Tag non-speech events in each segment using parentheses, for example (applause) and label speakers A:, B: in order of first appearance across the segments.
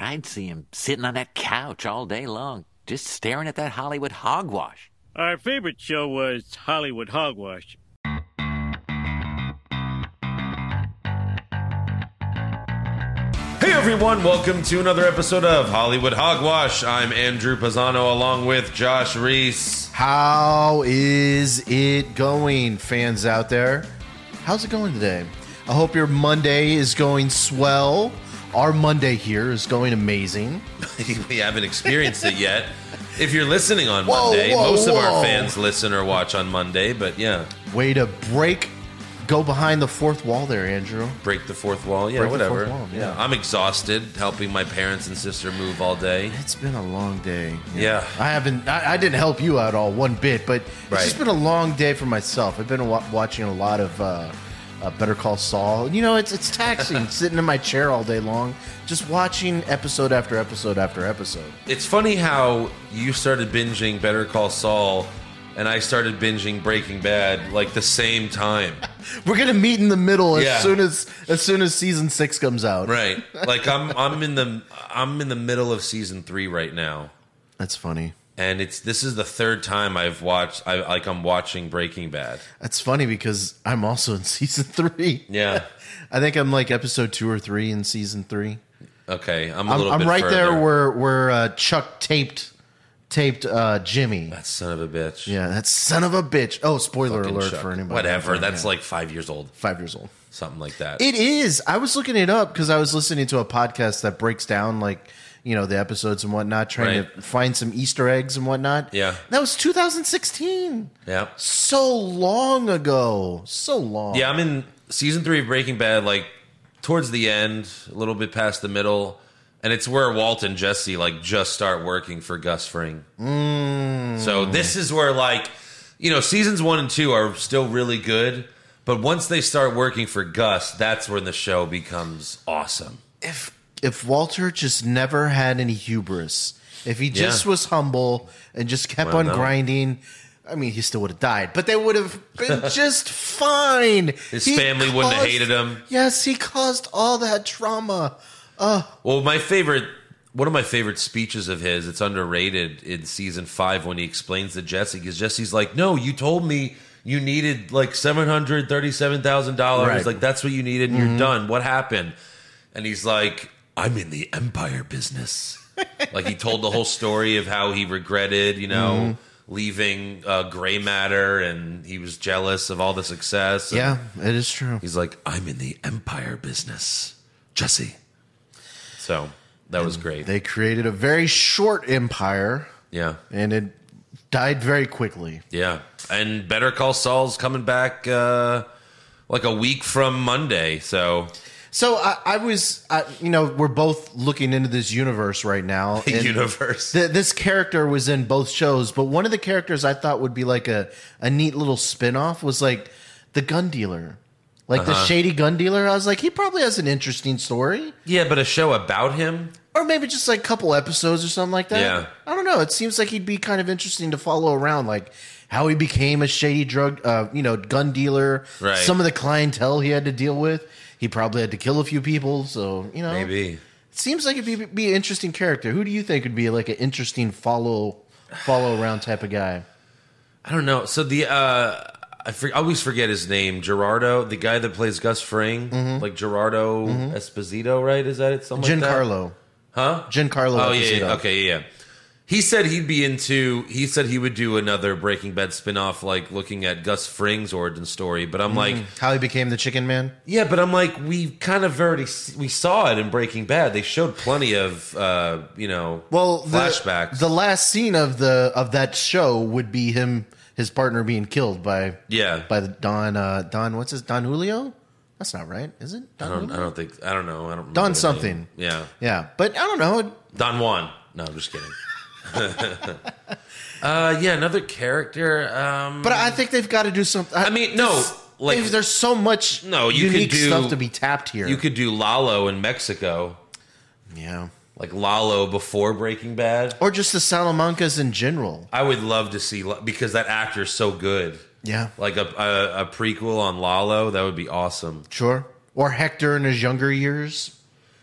A: I'd see him sitting on that couch all day long, just staring at that Hollywood hogwash.
B: Our favorite show was Hollywood Hogwash.
C: Hey everyone, welcome to another episode of Hollywood Hogwash. I'm Andrew Pisano along with Josh Reese.
D: How is it going, fans out there? How's it going today? I hope your Monday is going swell. Our Monday here is going amazing.
C: (laughs) we haven't experienced it yet. If you're listening on
D: Whoa,
C: Monday,
D: whoa,
C: most of our
D: whoa.
C: fans listen or watch on Monday, but yeah,
D: Way to break, go behind the fourth wall there, Andrew.
C: break the fourth wall. Yeah,
D: Break the
C: whatever.
D: fourth wall, yeah.
C: I'm exhausted helping my parents and sister move all day.
D: It's been a long day.
C: Yeah.
D: I haven't. I, I didn't help you out all one bit, but
C: Right.
D: it's just been a long day for myself. I've been wa- watching a lot of uh, uh, Better Call Saul. You know, it's it's
C: (laughs)
D: taxing sitting in my chair all day long, just watching episode after episode after episode.
C: It's funny how you started binging Better Call Saul and I started binging Breaking Bad like the same
D: (laughs)
C: time.
D: We're gonna meet in the middle as
C: Yeah.
D: soon as as soon as season six comes out.
C: Right. Like I'm I'm in the I'm in the middle of season 3 right now.
D: That's funny.
C: and it's this is the third time I've watched. I like I'm watching Breaking Bad.
D: That's funny because I'm also in (laughs) season three. (laughs)
C: Yeah.
D: I think I'm like episode two or three in season three.
C: Okay, I'm a
D: I'm,
C: little.
D: I'm
C: bit
D: right there
C: further.
D: where where uh, Chuck taped taped uh, Jimmy.
C: that son of a bitch.
D: Yeah, that son of a bitch. Oh, spoiler
C: Fucking
D: alert
C: Chuck.
D: for anybody.
C: Whatever.
D: Yeah.
C: That's like five years old,
D: five years old.
C: something like that.
D: It is. I was looking it up because I was listening to a podcast that breaks down like you know the episodes and whatnot, trying
C: Right.
D: to find some Easter eggs and whatnot.
C: Yeah.
D: that was 2016.
C: yeah.
D: So long ago. So long.
C: Yeah, I'm in season three of Breaking Bad, like towards the end, a little bit past the middle, and it's where Walt and Jesse like just start working for Gus Fring. So this is where like you know seasons one and two are still really good, but once they start working for Gus, that's when the show becomes awesome.
D: If if Walter just never had any hubris, if he just
C: Yeah.
D: was humble and just kept
C: Well,
D: on
C: no.
D: grinding, I mean, he still would have died, but they would have
C: (laughs)
D: been just fine.
C: His
D: He
C: family wouldn't have
D: caused-
C: hated him.
D: Yes, he caused all that trauma.
C: Well, my favorite. One of my favorite speeches of his, it's underrated in season five when he explains to Jesse, because Jesse's like, No, you told me you needed like $737,000.
D: Right. Mm-hmm.
C: Like, that's what you needed, and you're done. What happened? And he's like, I'm in the empire
D: (laughs)
C: business. like, he told the whole story of how he regretted, you know,
D: Mm-hmm.
C: leaving uh, gray matter, and he was jealous of all the success. And
D: Yeah, it is true.
C: He's like, I'm in the empire business, Jesse. So that was great.
D: They created a very short empire
C: yeah.
D: and it died very quickly.
C: Yeah. And Better Call Saul's coming back uh, like a week from Monday. (laughs) So
D: So I, I was, I, you know, we're both looking into this universe right
C: (laughs)
D: now.
C: the
D: and
C: universe.
D: th- this character was in both shows, but one of the characters I thought would be like a, a neat little spin off was like the gun dealer. Like
C: Uh-huh.
D: the shady gun dealer. I was like, he probably has an interesting story.
C: yeah, but a show about him?
D: Or maybe just like a couple episodes or something like that.
C: Yeah.
D: I don't know. It seems like he'd be kind of interesting to follow around, like how he became a shady drug, uh, you know, gun dealer.
C: Right.
D: Some of the clientele he had to deal with. He probably had to kill a few people, so you know.
C: Maybe.
D: It seems like it'd be, be an interesting character. Who do you think would be like an interesting follow follow around type of guy?
C: I don't know. So the. Uh, I, for, I always forget his name. Gerardo, the guy that plays Gus Fring, like Gerardo Esposito, right? Is that it? Something like that?
D: Giancarlo. Huh? Giancarlo.
C: Oh yeah, yeah,
D: Esposito.
C: okay, yeah. yeah. He said he'd be into. He said he would do another Breaking Bad spinoff, like looking at Gus Fring's origin story. But I'm like,
D: How he became the chicken man?
C: yeah, but I'm like, we kind of already s- we saw it in Breaking Bad. They showed plenty of, uh, you know,
D: Well, the,
C: flashbacks.
D: The last scene of the of that show would be him, his partner being killed by
C: yeah,
D: by the Don uh, Don. What's his Don Julio? That's not right, is it? Don
C: I don't,
D: Julio?
C: I don't think I don't know. I don't remember
D: Don
C: the
D: something.
C: name. Yeah,
D: Yeah, but I don't know.
C: Don Juan. No, I'm just kidding.
D: (laughs)
C: uh, yeah, another character. Um,
D: But I think they've got to do something.
C: I mean, no, like
D: there's so much
C: No, you could
D: unique
C: do-
D: stuff to be tapped here.
C: you could do Lalo in Mexico.
D: yeah,
C: like Lalo before Breaking Bad.
D: or just the Salamancas in general.
C: I would love to see Lo- because that actor's so good.
D: Yeah,
C: Like a, a a prequel on Lalo, that would be awesome.
D: sure. Or Hector in his younger years.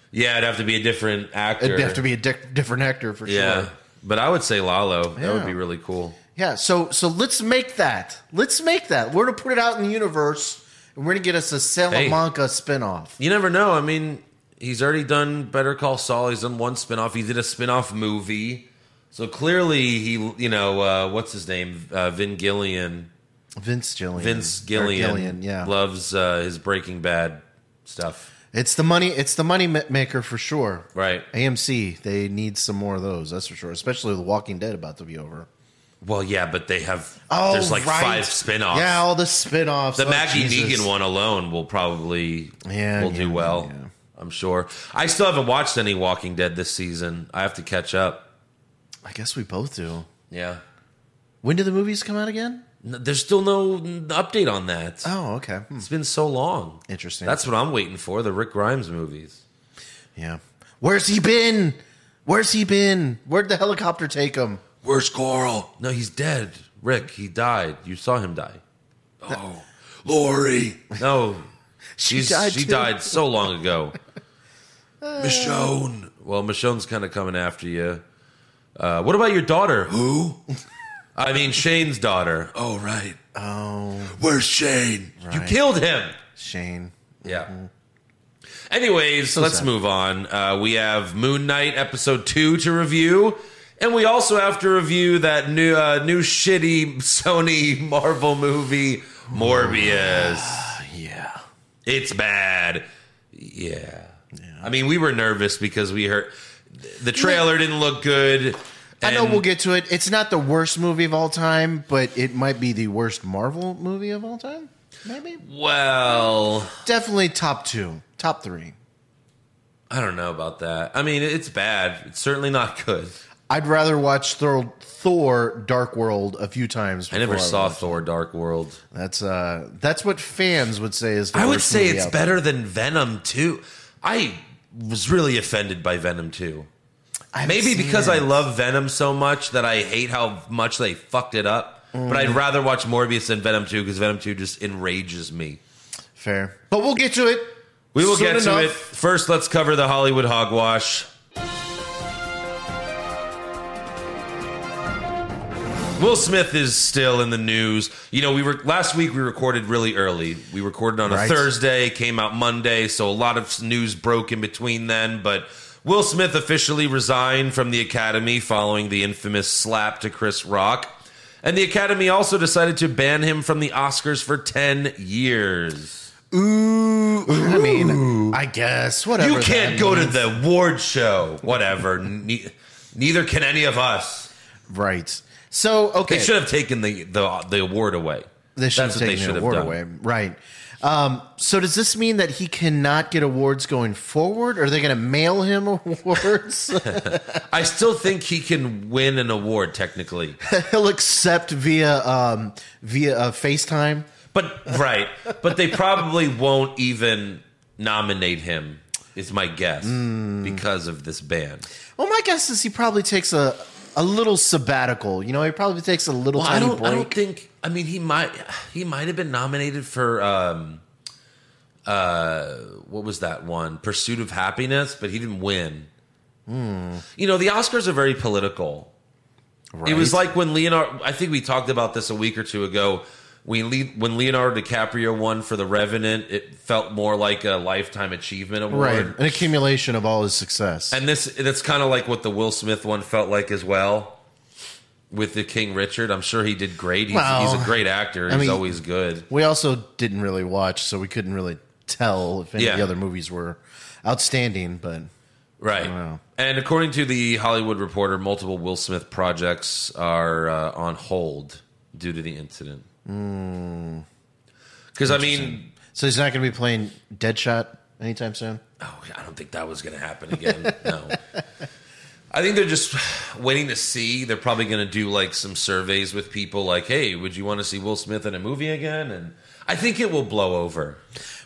C: Yeah, it'd have to be a different actor.
D: It'd have to be a dic- different actor for
C: Yeah,
D: sure.
C: but I would say Lalo. That would
D: Yeah.
C: be really cool.
D: Yeah. So so let's make that. Let's make that. We're gonna put it out in the universe, and we're gonna get us a Salamanca spinoff.
C: You never know. I mean, he's already done Better Call Saul. He's done one spinoff. He did a spinoff movie. So clearly, he you know uh, what's his name? Uh, Vin Gillian.
D: Vince Gillian.
C: Vince
D: Or
C: Gillian.
D: yeah.
C: loves uh, his Breaking Bad stuff.
D: It's the money. It's the money ma- maker for sure.
C: Right.
D: AMC. They need some more of those. That's for sure. Especially with Walking Dead about to be over.
C: Well, yeah, but they have.
D: Oh,
C: there's like
D: right.
C: five spinoffs.
D: Yeah, all the spinoffs.
C: The
D: Oh,
C: Maggie
D: Jesus.
C: Negan one alone will probably
D: Yeah,
C: will do
D: yeah,
C: well.
D: yeah.
C: I'm sure. I still haven't watched any Walking Dead this season. I have to catch up.
D: I guess we both do.
C: Yeah.
D: When do the movies come out again?
C: N- There's still no n- update on that.
D: Oh, okay. Hmm.
C: It's been so long.
D: Interesting.
C: That's what I'm waiting for. The Rick Grimes movies.
D: yeah. Where's he been? Where's he been? Where'd the helicopter take him?
C: Where's Carl? No, he's dead. Rick, he died. You saw him die. Oh, Lori. No,
D: (laughs) She
C: she's-
D: died.
C: She
D: too.
C: died so long ago. Michonne. Well, Michonne's kind of coming after you. Uh, what about your daughter?
D: (gasps)
C: Who? I mean, Shane's daughter. Oh, right.
D: Oh,
C: Where's Shane? You
D: Right.
C: killed him.
D: Shane.
C: Yeah. Mm-hmm. Anyways, let's
D: sad.
C: move on. Uh, we have Moon Knight episode two to review, and we also have to review that new uh, new shitty Sony (laughs) Marvel movie Morbius.
D: Yeah.
C: It's bad. Yeah. I mean, we were nervous because we heard the trailer didn't look good.
D: I know
C: and-
D: we'll get to it. It's not the worst movie of all time, but it might be the worst Marvel movie of all time. Maybe.
C: Well,
D: Definitely top two, top three.
C: I don't know about that. I mean, it's bad. It's certainly not good.
D: I'd rather watch Thor, Thor Dark World a few times.
C: I never
D: before
C: saw
D: watch it.
C: Thor: Dark World.
D: That's uh, that's what fans would say is. The
C: I would
D: worst
C: say
D: movie
C: it's
D: out there.
C: better than Venom 2. I was really offended by Venom 2.
D: I haven't
C: Maybe
D: seen
C: because
D: it.
C: I love Venom so much that I hate how much they fucked it up. But I'd rather watch Morbius than Venom 2 because Venom 2 just enrages me.
D: fair, but we'll get to it.
C: We will
D: soon
C: get to
D: enough.
C: it. First, let's cover the Hollywood hogwash. Will Smith is still in the news. You know, we were last week we recorded really early. We recorded on a
D: Right.
C: Thursday, came out Monday, so a lot of news broke in between then, but Will Smith officially resigned from the Academy following the infamous slap to Chris Rock. And the Academy also decided to ban him from the Oscars for 10 years.
D: Ooh, I mean, I guess whatever.
C: You can't
D: that
C: go to
D: means.
C: the award show. Whatever. Ne- neither can any of us.
D: right. So okay,
C: They should have taken the the, the award away.
D: They should
C: That's
D: have
C: what they
D: taken
C: should
D: the
C: have
D: award
C: done.
D: away, right? Um, so does this mean that he cannot get awards going forward? Are they going to mail
C: (laughs)
D: him (laughs) awards?
C: I still think he can win an award technically,
D: He'll accept via um, via uh, FaceTime.
C: but right. But they probably won't even nominate him. Is my guess
D: Hmm.
C: because of this ban.
D: Well, my guess is he probably takes a a little sabbatical. You know, he probably takes a little
C: Well, I
D: tiny
C: don't.
D: break.
C: I don't think. I mean, he might. He might have been nominated for. Um, uh, what was that one? Pursuit of Happiness, but he didn't win.
D: Hmm.
C: You know, the Oscars are very political. It was like when Leonardo. I think we talked about this a week or two ago. We Le- when Leonardo DiCaprio won for The Revenant, it felt more like a lifetime achievement award.
D: right, an accumulation of all his success.
C: And this that's kind of like what the Will Smith one felt like as well. With the King Richard, I'm sure he did great. He's,
D: Well,
C: he's a great actor. He's
D: mean-
C: always good.
D: we also didn't really watch, so we couldn't really tell if any
C: Yeah.
D: of the other movies were outstanding. But
C: Right.
D: Wow.
C: And according to the Hollywood Reporter, multiple Will Smith projects are uh, on hold due to the incident.
D: Hmm.
C: Because, I mean,
D: so he's not going to be playing Deadshot anytime soon.
C: oh, I don't think that was going to happen again. no. I think they're just waiting to see. They're probably going to do like some surveys with people like, hey, would you want to see Will Smith in a movie again? And I think it will blow over.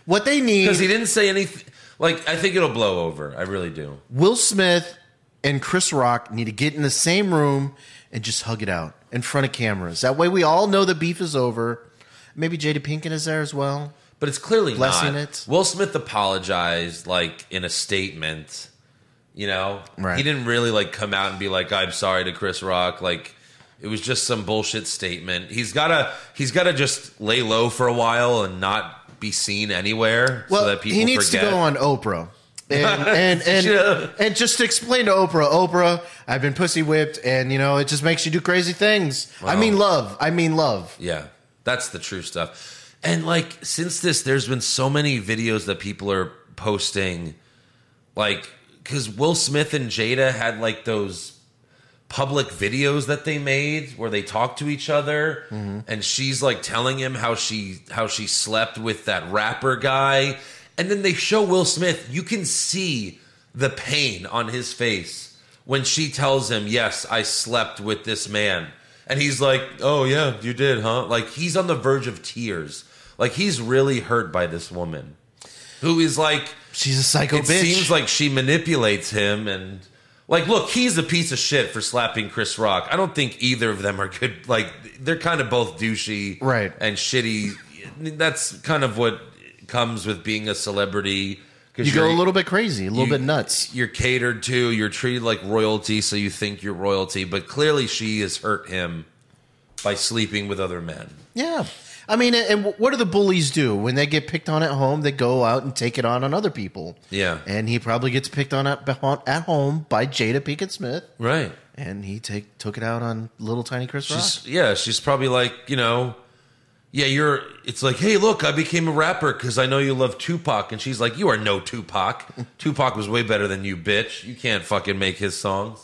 D: What they need
C: Because he didn't say anything. Like, I think it'll blow over. I really do.
D: Will Smith and Chris Rock need to get in the same room and just hug it out in front of cameras. That way we all know the beef is over. Maybe Jada Pinkett is there as well.
C: but it's clearly
D: Blessing
C: not.
D: it.
C: Will Smith apologized like in a statement. You know,
D: Right.
C: he didn't really like come out and be like, "I'm sorry" to Chris Rock. Like it was just some bullshit statement. He's gotta he's gotta just lay low for a while and not be seen anywhere
D: Well,
C: so that people
D: he needs
C: forget.
D: to go on Oprah. And and
C: (laughs)
D: and,
C: Yeah.
D: and just to explain to Oprah, Oprah, I've been pussy whipped, and you know it just makes you do crazy things. I
C: Wow.
D: mean love. I mean love.
C: Yeah, that's the true stuff. And like since this, there's been so many videos that people are posting, like because Will Smith and Jada had like those public videos that they made where they talk to each other and she's like telling him how she how she slept with that rapper guy and then they show Will Smith you can see the pain on his face when she tells him yes I slept with this man and he's like oh yeah you did huh like he's on the verge of tears like he's really hurt by this woman who is like
D: She's a psycho
C: it
D: bitch.
C: seems like she manipulates him and like look he's a piece of shit for slapping chris rock i don't think either of them are good like they're kind of both douchey
D: Right.
C: and shitty that's kind of what comes with being a celebrity because
D: you go a little bit crazy, a little bit nuts.
C: you're catered to you're treated like royalty so you think you're royalty but clearly she has hurt him by sleeping with other men
D: Yeah. I mean, and and what do the bullies do when they get picked on at home? They go out and take it on on other people.
C: Yeah.
D: and he probably gets picked on at, at home by Jada Pinkett Smith,
C: right
D: and he take took it out on little tiny Chris Rock.
C: She's yeah, she's probably like, you know, yeah, you're it's like, "Hey, look, I became a rapper cuz I know you love Tupac." And she's like, "You are no Tupac. (laughs) Tupac was way better than you, bitch. You can't fucking make his songs."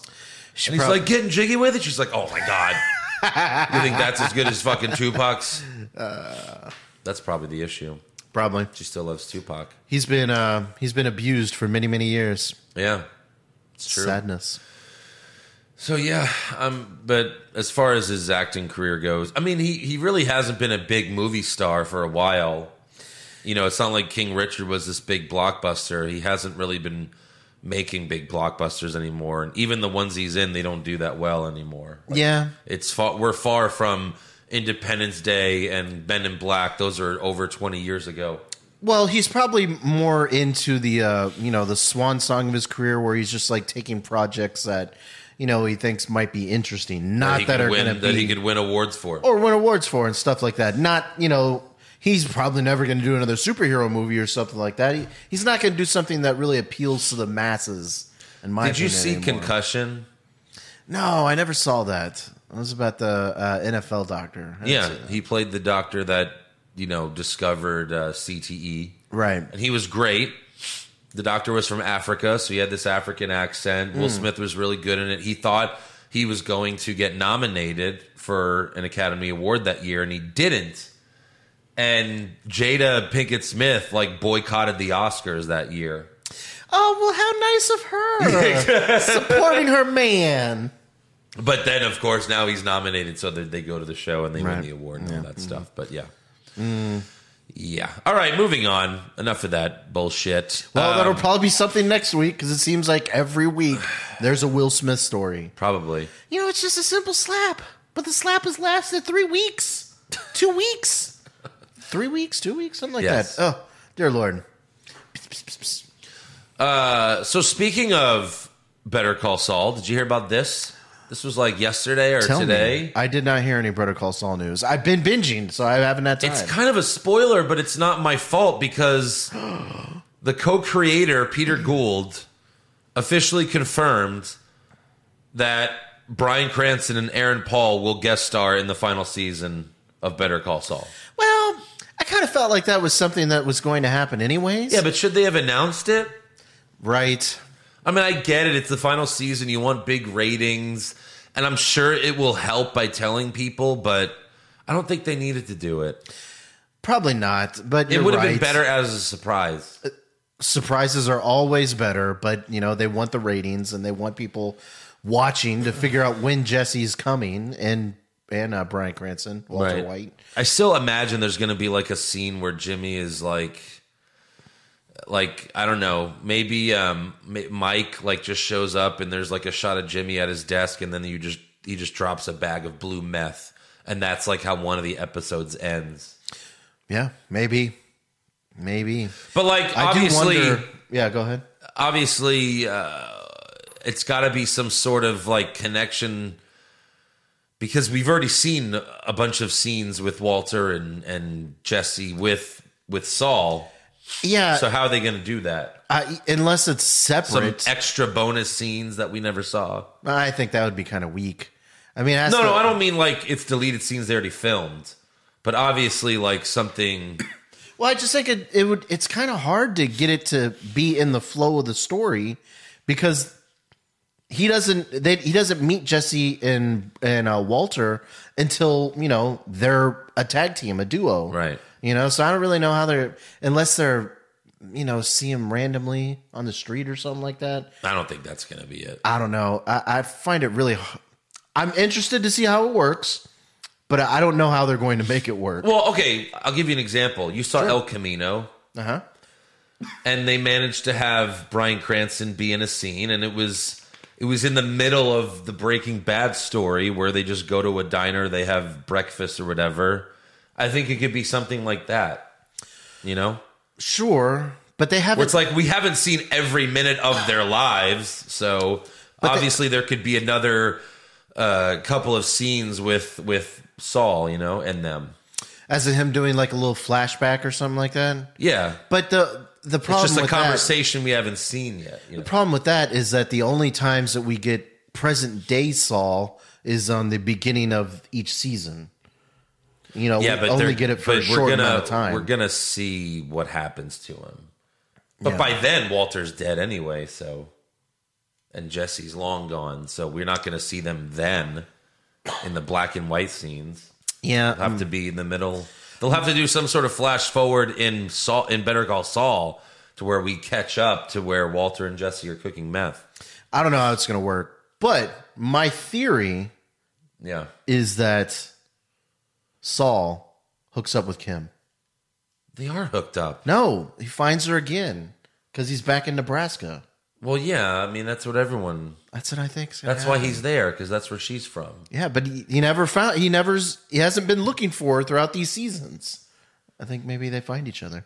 D: She
C: And he's
D: prob-
C: like, "Getting jiggy with it." She's like, "Oh my god. you think that's as good as fucking
D: (laughs)
C: Tupac's?"
D: Uh.
C: that's probably the issue.
D: probably
C: She still loves Tupac.
D: he's been uh, he's been abused for many many years.
C: Yeah. It's true.
D: Sadness.
C: So yeah, um, but as far as his acting career goes, I mean, he he really hasn't been a big movie star for a while. You know, it's not like King Richard was this big blockbuster. He hasn't really been making big blockbusters anymore, and even the ones he's in, they don't do that well anymore. Like,
D: Yeah.
C: it's far, we're far from Independence Day and Men in Black. Those are over twenty years ago.
D: Well, he's probably more into the uh, you know the swan song of his career, where he's just like taking projects that you know he thinks might be interesting, not
C: he
D: that,
C: could
D: are
C: win,
D: going to be
C: that he could win awards for.
D: or win awards for and stuff like that. Not, you know, he's probably never going to do another superhero movie or something like that. He, he's not going to do something that really appeals to the masses. In my
C: Did you
D: opinion
C: see
D: anymore.
C: Concussion?
D: No, I never saw that. It was about the uh, NFL doctor. I didn't see
C: Yeah,
D: that.
C: he played the doctor that you know discovered uh, CTE,
D: right.
C: and he was great. The doctor was from Africa, so he had this African accent. Will Smith was really good in it. He thought he was going to get nominated for an Academy Award that year, and he didn't. And Jada Pinkett Smith like boycotted the Oscars that year.
D: Oh well, how nice of her (laughs) supporting her man.
C: But then, of course, now he's nominated, so that they go to the show and they
D: Right. Mm-hmm. Mm.
C: win the award and all that stuff. But yeah. Yeah. All right, moving on. Enough of that bullshit.
D: Well,
C: Um,
D: that'll probably be something next week because it seems like every week there's a Will Smith story.
C: probably.
D: You know, it's just a simple slap, but the slap has lasted three weeks, two weeks, three weeks, two weeks, something like
C: Yes.
D: that. Oh, dear Lord.
C: Uh, so, speaking of Better Call Saul, did you hear about this? This was like yesterday or
D: Tell
C: today.
D: me, I did not hear any Brother Call Saul news. I've been binging, so I haven't had time.
C: It's kind of a spoiler, but it's not my fault
D: (gasps)
C: because the co-creator Peter Gould officially confirmed that Brian Cranston and Aaron Paul will guest star in the final season of Better Call Saul.
D: well, I kind of felt like that was something that was going to happen anyways.
C: Yeah, but should they have announced it?
D: right.
C: I mean, I get it. It's the final season. You want big ratings, and I'm sure it will help by telling people, but I don't think they needed to do it.
D: Probably not, but
C: It
D: you're
C: would have been
D: right.
C: better as a surprise.
D: Surprises are always better, but you know they want the ratings and they want people watching to figure out when Jesse's coming and and uh, Brian Cranston, Walter
C: Right.
D: White.
C: I still imagine there's going to be like a scene where Jimmy is like, like I don't know, maybe um, M- Mike like just shows up and there's like a shot of Jimmy at his desk, and then you just he just drops a bag of blue meth, and that's like how one of the episodes ends.
D: Yeah, maybe. Maybe.
C: But like
D: I
C: obviously,
D: do wonder. Yeah, go ahead.
C: obviously, uh, it's got to be some sort of like connection because we've already seen a bunch of scenes with Walter and and Jesse with with Saul.
D: Yeah,
C: So how are they going to do that?
D: I, unless it's
C: Some
D: separate,
C: extra bonus scenes that we never saw.
D: I think that would be kind of weak. I mean,
C: No, no, I don't mean like it's deleted scenes they already filmed, but obviously like something.
D: Well, I just think it, it would. It's kind of hard to get it to be in the flow of the story because he doesn't. They, he doesn't meet Jesse and and uh, Walter until you know they're a tag team, a duo,
C: Right.
D: You know, so I don't really know how they're unless they're you know see him randomly on the street or something like that.
C: I don't think that's going to be it.
D: I don't know. I, I find it really. h- I'm interested to see how it works, but I don't know how they're going to make it work.
C: Well, okay, I'll give you an example. You saw El Camino,
D: Uh huh.
C: and they managed to have Brian Cranston be in a scene, and it was it was in the middle of the Breaking Bad story where they just go to a diner, they have breakfast or whatever. I think it could be something like that. You know,
D: Sure, but they haven't.
C: where it's like we haven't seen every minute of their lives, so obviously there could be another uh, couple of scenes with with Saul, you know, and them.
D: as in him doing like a little flashback or something like that.
C: Yeah,
D: But the the
C: it's
D: problem
C: just a
D: with that-
C: conversation we haven't seen yet. You know?
D: the problem with that is that the only times that we get present day Saul is on the beginning of each season. You know, we
C: they're-
D: only get it for a
C: but
D: short
C: gonna,
D: amount of time.
C: We're gonna see what happens to him. But by then, Walter's dead anyway. So, and Jesse's long gone. So we're not gonna see them then in the black and white scenes.
D: yeah,
C: They'll have to be in the middle. They'll have to do some sort of flash forward in Saul in Better Call Saul to where we catch up to where Walter and Jesse are cooking meth.
D: I don't know how it's going to work. But my theory
C: Yeah,
D: is that Saul hooks up with Kim.
C: they are hooked up.
D: No, he finds her again because he's back in Nebraska.
C: Well, yeah. I mean, that's what everyone.
D: That's what I think. is gonna
C: That's why
D: happen.
C: he's there because that's where she's from.
D: Yeah, but he, he never found. He never's. He hasn't been looking for her throughout these seasons. I think maybe they find each other.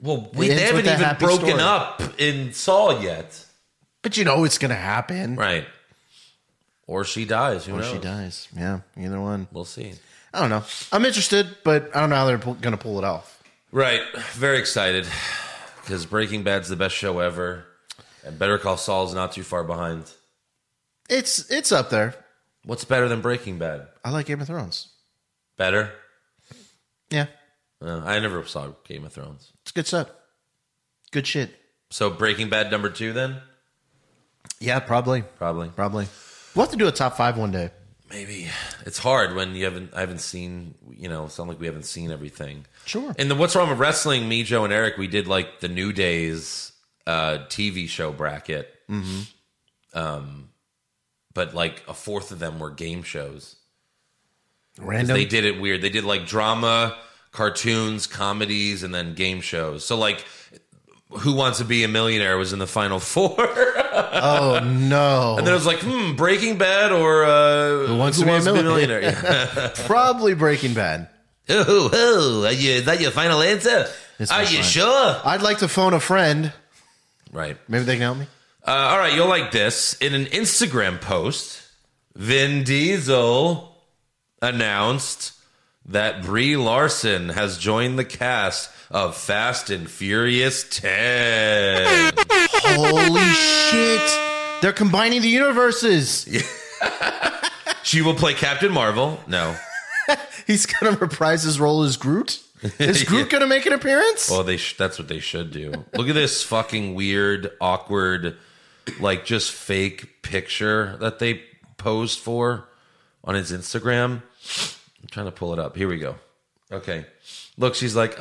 C: Well, we they
D: It ends
C: haven't
D: with a
C: even
D: happy
C: broken
D: story.
C: up in Saul yet.
D: But you know it's gonna happen.
C: Right. Or she dies. Who
D: Or
C: knows?
D: she dies. Yeah, either one.
C: We'll see.
D: I don't know. I'm interested, but I don't know how they're pu- gonna pull it off.
C: Right. Very excited because Breaking Bad's the best show ever, and Better Call Saul's not too far behind.
D: It's it's up there.
C: What's better than Breaking Bad?
D: I like Game of Thrones.
C: Better.
D: Yeah,
C: Uh, I never saw Game of Thrones.
D: it's good stuff. Good shit.
C: So Breaking Bad number two then,
D: Yeah, probably,
C: probably.
D: probably. We'll have to do a top five one day.
C: Maybe it's hard when you haven't. I haven't seen. You know, it's not like we haven't seen everything.
D: Sure.
C: And the What's Wrong with Wrestling, me, Joe, and Eric, we did like the New Days uh, TV show bracket. Mm-hmm. Um, but like a fourth of them were game shows.
D: Random.
C: They did it weird. They did like drama, cartoons, comedies, and then game shows. So like, Who Wants to Be a Millionaire was in the final four. (laughs)
D: oh no.
C: and then it was like, hmm, Breaking Bad or uh, Who
D: Wants to Be a Millionaire?
C: Yeah.
D: probably Breaking Bad.
C: (laughs) ooh, ooh, are you, is that your final answer?
D: It's
C: Are
D: my
C: you
D: final-
C: sure?
D: I'd like to phone a friend.
C: Right.
D: Maybe they can help me.
C: Uh, all right, you'll like this. In an Instagram post, Vin Diesel announced that Brie Larson has joined the cast of Fast and Furious 10.
D: Holy shit! They're combining the universes.
C: she will play Captain Marvel. No.
D: (laughs) He's gonna reprise his role as Groot.
C: (laughs)
D: Is Groot gonna make an appearance?
C: Well, they sh- that's what they should do. Look at this fucking weird, awkward, like just fake picture that they posed for on his Instagram. I'm trying to pull it up. Here we go. Okay. Look, she's like,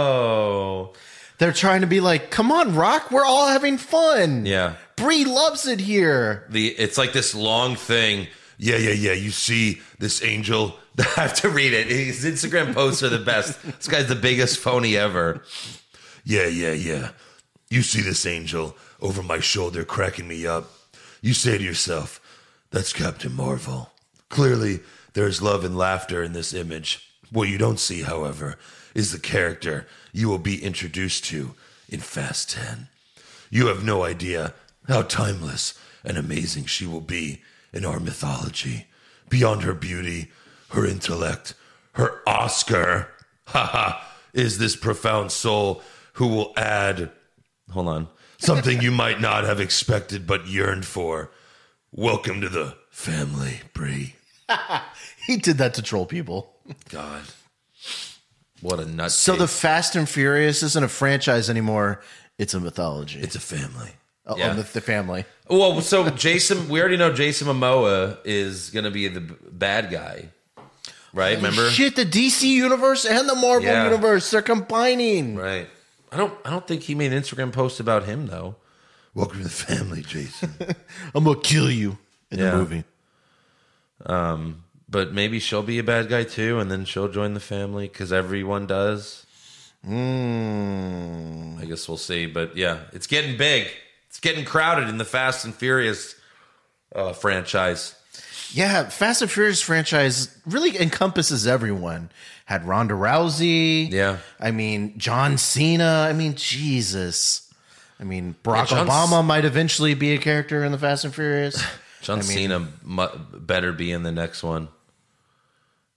C: oh.
D: They're trying to be like, come on, Rock, we're all having fun.
C: Yeah.
D: Bree loves it here.
C: The it's like this long thing. Yeah, yeah, yeah. You see this angel. (laughs) I have to read it. His Instagram posts are the best. This guy's the biggest phony ever.
E: Yeah, yeah, yeah. You see this angel over my shoulder cracking me up. You say to yourself, that's Captain Marvel. Clearly, there's love and laughter in this image. What you don't see, however, is the character you will be introduced to in Fast 10. You have no idea how timeless and amazing she will be in our mythology. Beyond her beauty, her intellect, her Oscar, (laughs) haha, is this profound soul who will add
C: Hold on.
E: something you might not have expected but yearned for. Welcome to the family, Bree.
D: He did that to troll people.
E: God.
C: What a nut.
D: So the Fast and Furious isn't a franchise anymore. It's a mythology.
E: It's a family.
D: Oh,
C: yeah.
D: the, the family.
C: well, so Jason, we already know Jason Momoa is gonna be the b- bad guy, right? Remember?
D: Shit, the DC universe and the Marvel
C: Yeah.
D: universe, they're combining.
C: Right. I don't. I don't think he made an Instagram post about him though.
E: Welcome to the family, Jason.
D: I'm going to kill you in
C: Yeah.
D: the movie.
C: But maybe she'll be a bad guy too, and then she'll join the family because everyone does. I guess we'll see. But yeah, it's getting big. It's getting crowded in the Fast and Furious uh, franchise.
D: Yeah, Fast and Furious franchise really encompasses everyone. Had Ronda Rousey.
C: Yeah.
D: I mean, John Cena. I mean, Jesus. I mean, Barack
C: Yeah, John
D: Obama might eventually be a character in the Fast and Furious.
C: John
D: I mean-
C: Cena mu- better be in the next one.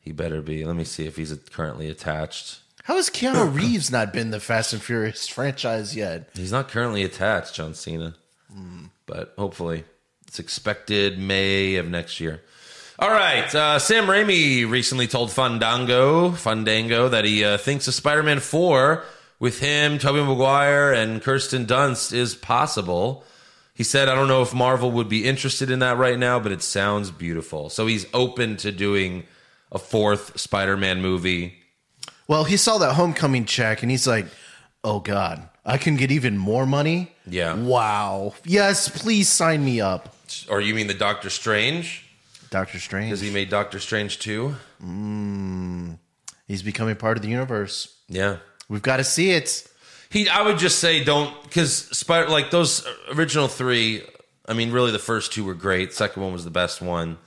C: He better be. Let me see if he's currently attached.
D: How
C: (laughs)
D: has Keanu Reeves not been the Fast and Furious (laughs) franchise yet?
C: He's not currently attached, John Cena. But hopefully, it's expected May of next year. All right. Uh, Sam Raimi recently told Fandango, Fandango, that he uh, thinks a Spider-Man four with him, Tobey Maguire, and Kirsten Dunst is possible. He said, "I don't know if Marvel would be interested in that right now, but it sounds beautiful." So he's open to doing a fourth Spider-Man movie.
D: Well, he saw that homecoming check and he's like, oh God, I can get even more money.
C: Yeah.
D: Wow. Yes, please sign me up.
C: Or you mean the Doctor Strange?
D: Doctor Strange.
C: Because he made Doctor Strange two.
D: he's becoming part of the universe.
C: Yeah.
D: We've got to see it.
C: He, I would just say don't because Spider like those original three. I mean, really, the first two were great. Second one was the best one.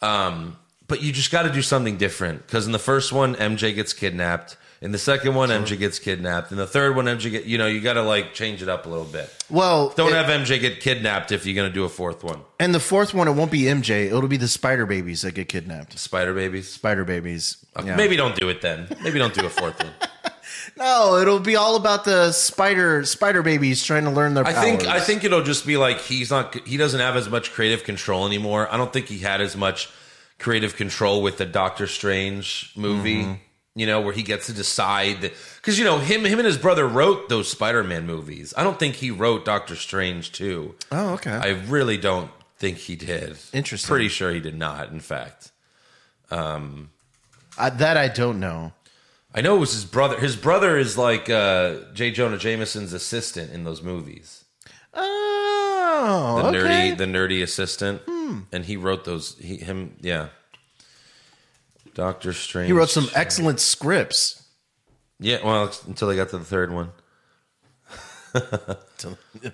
C: Um, but you just got to do something different because in the first one, MJ gets kidnapped. In the second one, MJ gets kidnapped. In the third one, MJ get you know you got to like change it up a little bit.
D: Well,
C: Don't
D: it-
C: have MJ get kidnapped if you're gonna do a fourth one.
D: and the fourth one, it won't be MJ. It'll be the spider babies that get kidnapped.
C: Spider babies.
D: Spider babies. Yeah.
C: Maybe don't do it then. Maybe don't do a fourth one.
D: no. It'll be all about the spider spider babies trying to learn their.
C: I think I
D: powers.
C: think it'll just be like he's not he doesn't have as much creative control anymore. I don't think he had as much creative control with the Doctor Strange movie, you know, where he gets to decide cuz you know him him and his brother wrote those Spider-Man movies. I don't think he wrote Doctor Strange too.
D: Oh, okay.
C: I really don't think he did.
D: Interesting.
C: Pretty sure he did not, in fact.
D: I, that I don't know.
C: I know it was his brother. His brother is like uh J. Jonah Jameson's assistant in those movies.
D: Oh,
C: the
D: okay. Hmm.
C: nerdy the nerdy assistant and he wrote those he him yeah doctor strange
D: he wrote some excellent scripts.
C: yeah well it's- until they got to the third one (laughs)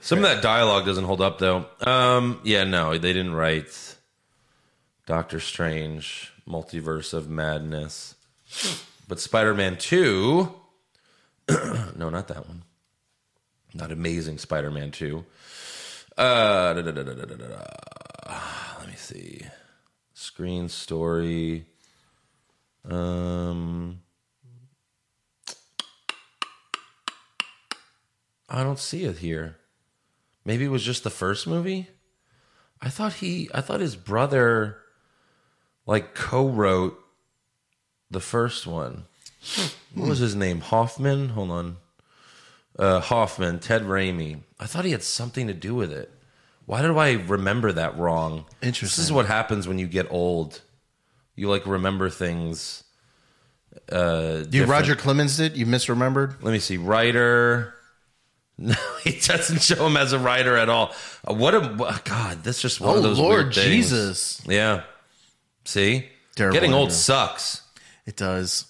C: some of that dialogue doesn't hold up though um yeah no they didn't write doctor strange multiverse of madness but spider-man 2 (clears throat) no not that one not amazing spider-man 2 uh da, da, da, da, da, da, da, da. let me see screen story um i don't see it here maybe it was just the first movie i thought he i thought his brother like co-wrote the first one what was his name hoffman hold on uh, Hoffman, Ted Raimi. I thought he had something to do with it. Why do I remember that wrong? This is
D: Interesting.
C: what happens when you get old. You like remember things.
D: You Roger Clemens did? You misremembered?
C: Let me see. Writer. (laughs) No, he doesn't show him as a writer at all. Uh, What a wha- God! That's just one
D: Oh
C: of those.
D: Lord
C: weird things.
D: Jesus.
C: Yeah. See,
D: Terrible Um,
C: getting old
D: idea.
C: sucks.
D: It does.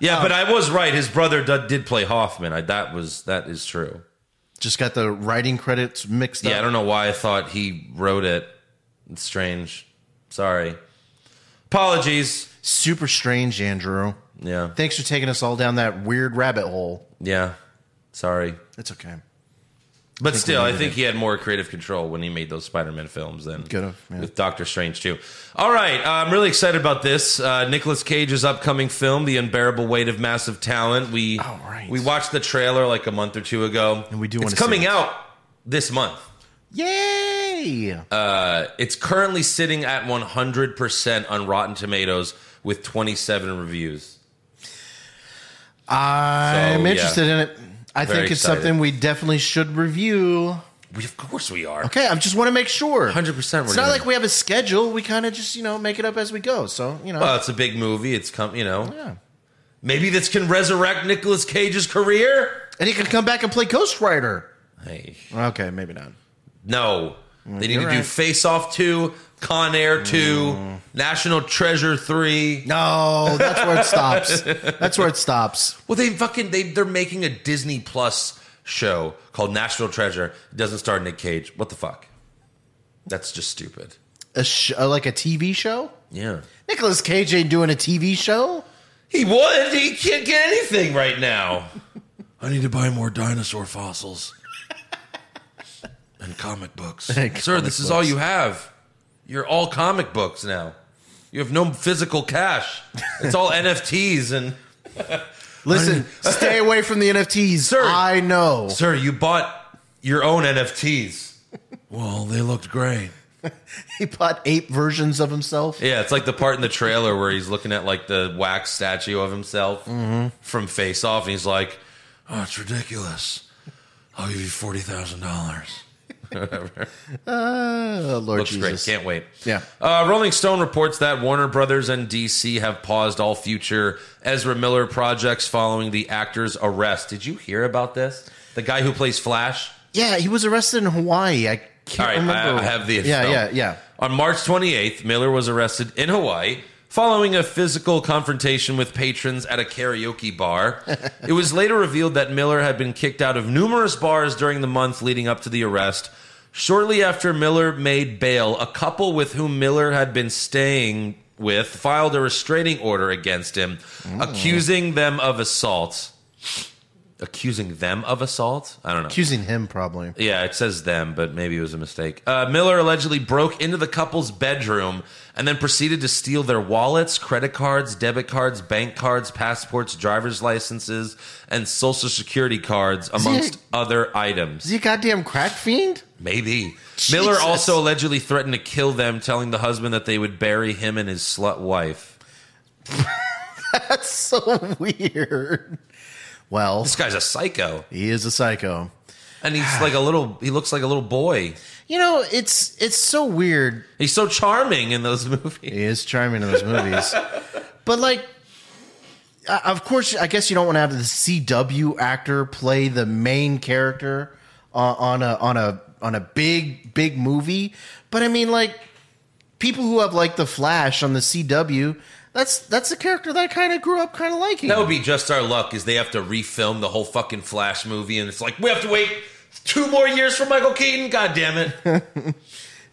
C: Yeah, but I was right. His brother did, did play Hoffman. I, that was that is true.
D: Just got the writing credits mixed
C: Yeah, I
D: up.
C: don't know why I thought he wrote it. It's strange. Sorry. Apologies.
D: Super strange, Andrew.
C: Yeah.
D: Thanks for taking us all down that weird rabbit hole.
C: Yeah. Sorry.
D: It's okay.
C: But still, I think he had more creative control when he made those Spider-Man films than
D: Could have, yeah.
C: with Doctor Strange too. All right, uh, I'm really excited about this. Uh, Nicholas Cage's upcoming film, The Unbearable Weight of Massive Talent. We
D: All right.
C: we watched the trailer like a month or two ago,
D: And we do
C: It's
D: wanna see
C: coming
D: it.
C: out this month.
D: Yay!
C: It's currently sitting at 100 percent on Rotten Tomatoes with 27 reviews.
D: I'm
C: so, Oh, yeah.
D: interested in it. I
C: Very
D: think it's
C: excited.
D: something we definitely should review.
C: We of course we are.
D: Okay, I just want to make sure.
C: 100%
D: It's
C: we're
D: not
C: gonna-
D: like we have a schedule. We kind of just you know make it up as we go. So you know,
C: Well, it's a big movie. It's come, you know.
D: yeah.
C: Maybe this can resurrect Nicolas Cage's career.
D: And he can come back and play Ghost Rider.
C: Hey.
D: Okay, maybe not.
C: No. They need to
D: you're
C: do
D: right. Mm.
C: Face Off 2, Con Air 2, National Treasure 3.
D: No, that's where
C: (laughs)
D: it stops. that's where it stops.
C: Well, they fucking they they're making a Disney Plus show called National Treasure. It doesn't star Nick Cage. What the fuck? That's just stupid.
D: A sh- uh, like a TV show.
C: Yeah.
D: Nicholas Cage ain't doing a TV show.
C: He would. He can't get anything right now.
E: I need to buy more dinosaur fossils and comic books.
C: Sir, this is all you have. You're all comic books now. You have no physical cash. It's all (laughs) NFTs and
D: Listen,
C: (laughs)
D: stay away from the NFTs.
C: Sir.
D: I know.
C: Sir, you bought your own NFTs.
E: Well, they looked great.
D: He bought eight versions of himself.
C: Yeah, it's like the part in the trailer where he's looking at like the wax statue of himself from Face Off, and he's like,
E: Oh, it's ridiculous. I'll give you forty thousand dollars.
D: Uh, Lord
C: "Looks
D: Jesus.
C: great, can't wait."
D: Yeah.
C: Uh, Rolling Stone reports that Warner Brothers and DC have paused all future Ezra Miller projects following the actor's arrest. Did you hear about this? The guy who plays Flash.
D: Yeah, he was arrested in Hawaii. I can't
C: All right, I,
D: remember.
C: I have the
D: yeah,
C: info.
D: yeah, yeah.
C: On March 28th, Miller was arrested in Hawaii following a physical confrontation with patrons at a karaoke bar. it was later revealed that Miller had been kicked out of numerous bars during the month leading up to the arrest. Shortly after Miller made bail, a couple with whom Miller had been staying with filed a restraining order against him, accusing them of assault. Accusing them of assault? I don't know.
D: Accusing him probably.
C: Yeah, it says them, but maybe it was a mistake. Uh, Miller allegedly broke into the couple's bedroom and then proceeded to steal their wallets, credit cards, debit cards, bank cards, passports, driver's licenses, and social security cards,
D: he a-
C: amongst other items.
D: Is he a goddamn crack fiend? (laughs)
C: Maybe.
D: Jesus.
C: Miller also allegedly threatened to kill them, telling the husband that they would bury him and his slut wife.
D: That's so (laughs) weird. Well,
C: This guy's a psycho,
D: he is a psycho.
C: and he's like a little. He looks like a little boy.
D: You know, it's it's so weird.
C: He's so charming in those (laughs) movies.
D: He is charming in
C: (laughs)
D: those movies, but like, I- of course, I guess you don't want to have the CW actor play the main character uh, on a on a on a big big movie. But I mean, like, people who have like the Flash on the CW, that's that's a character that I kind of grew up kind of liking.
C: That would be just our luck is they have to refilm the whole fucking Flash movie and it's like we have to wait two more years for Michael Keaton. God damn
D: (laughs)
C: it.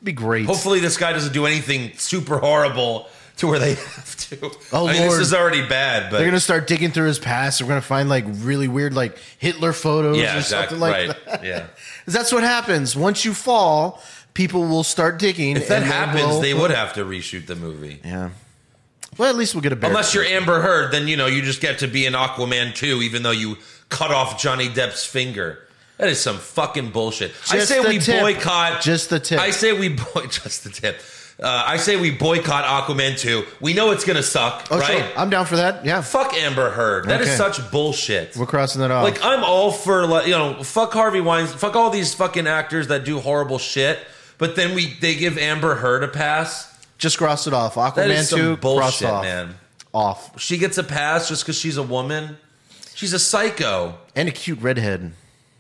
D: be great.
C: Hopefully this guy doesn't do anything super horrible to where they (laughs) have to.
D: Oh,
C: I mean,
D: Lord.
C: this is already bad, but
D: They're gonna start digging through his past. We're gonna find like really weird, like Hitler photos
C: yeah,
D: or
C: exactly.
D: something like
C: right.
D: that. (laughs)
C: Yeah.
D: That's what happens. Once you fall, people will start digging.
C: If that
D: and they
C: happens,
D: will-
C: they would have to reshoot the movie.
D: Yeah. Well, at least we'll get a better.
C: Unless you're Amber Heard, then you know you just get to be in Aquaman 2 even though you cut off Johnny Depp's finger. That is some fucking bullshit. I
D: Just
C: say
D: the
C: we
D: tip.
C: boycott
D: Just the tip.
C: I say we boy- (laughs) just the tip. Uh, I say we boycott Aquaman 2. We know it's gonna suck,
D: oh,
C: right?
D: sure. I'm down for that. Yeah,
C: Fuck Amber Heard. That is
D: Okay.
C: such bullshit.
D: we're crossing that off.
C: Like I'm all for like you know fuck Harvey Weinstein, fuck all these fucking actors that do horrible shit. But then we they give Amber Heard a pass.
D: Just cross it off.
C: That is
D: Aquaman
C: some
D: two, cross
C: bullshit,
D: off.
C: man.
D: Off
C: She gets a pass just because she's a woman. She's a psycho.
D: and a cute redhead.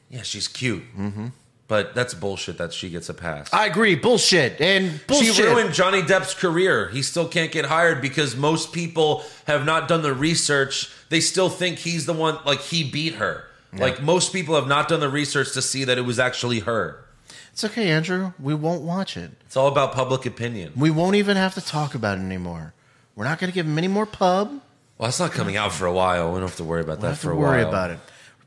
C: Yeah, she's cute. Mm-hmm. But that's bullshit that she gets a pass.
D: I agree. Bullshit and bullshit.
C: She ruined Johnny Depp's career. He still can't get hired because most people have not done the research. They still think he's the one, like, he beat her. Like, most people have not done the research to see that it was actually her.
D: It's okay, Andrew. We won't watch it.
C: It's all about public opinion.
D: We won't even have to talk about it anymore. We're not going to give him any more pub.
C: Well, that's not coming out for a while. We don't have to worry about
D: Don't
C: that
D: have
C: for
D: to
C: a
D: worry
C: while.
D: about it.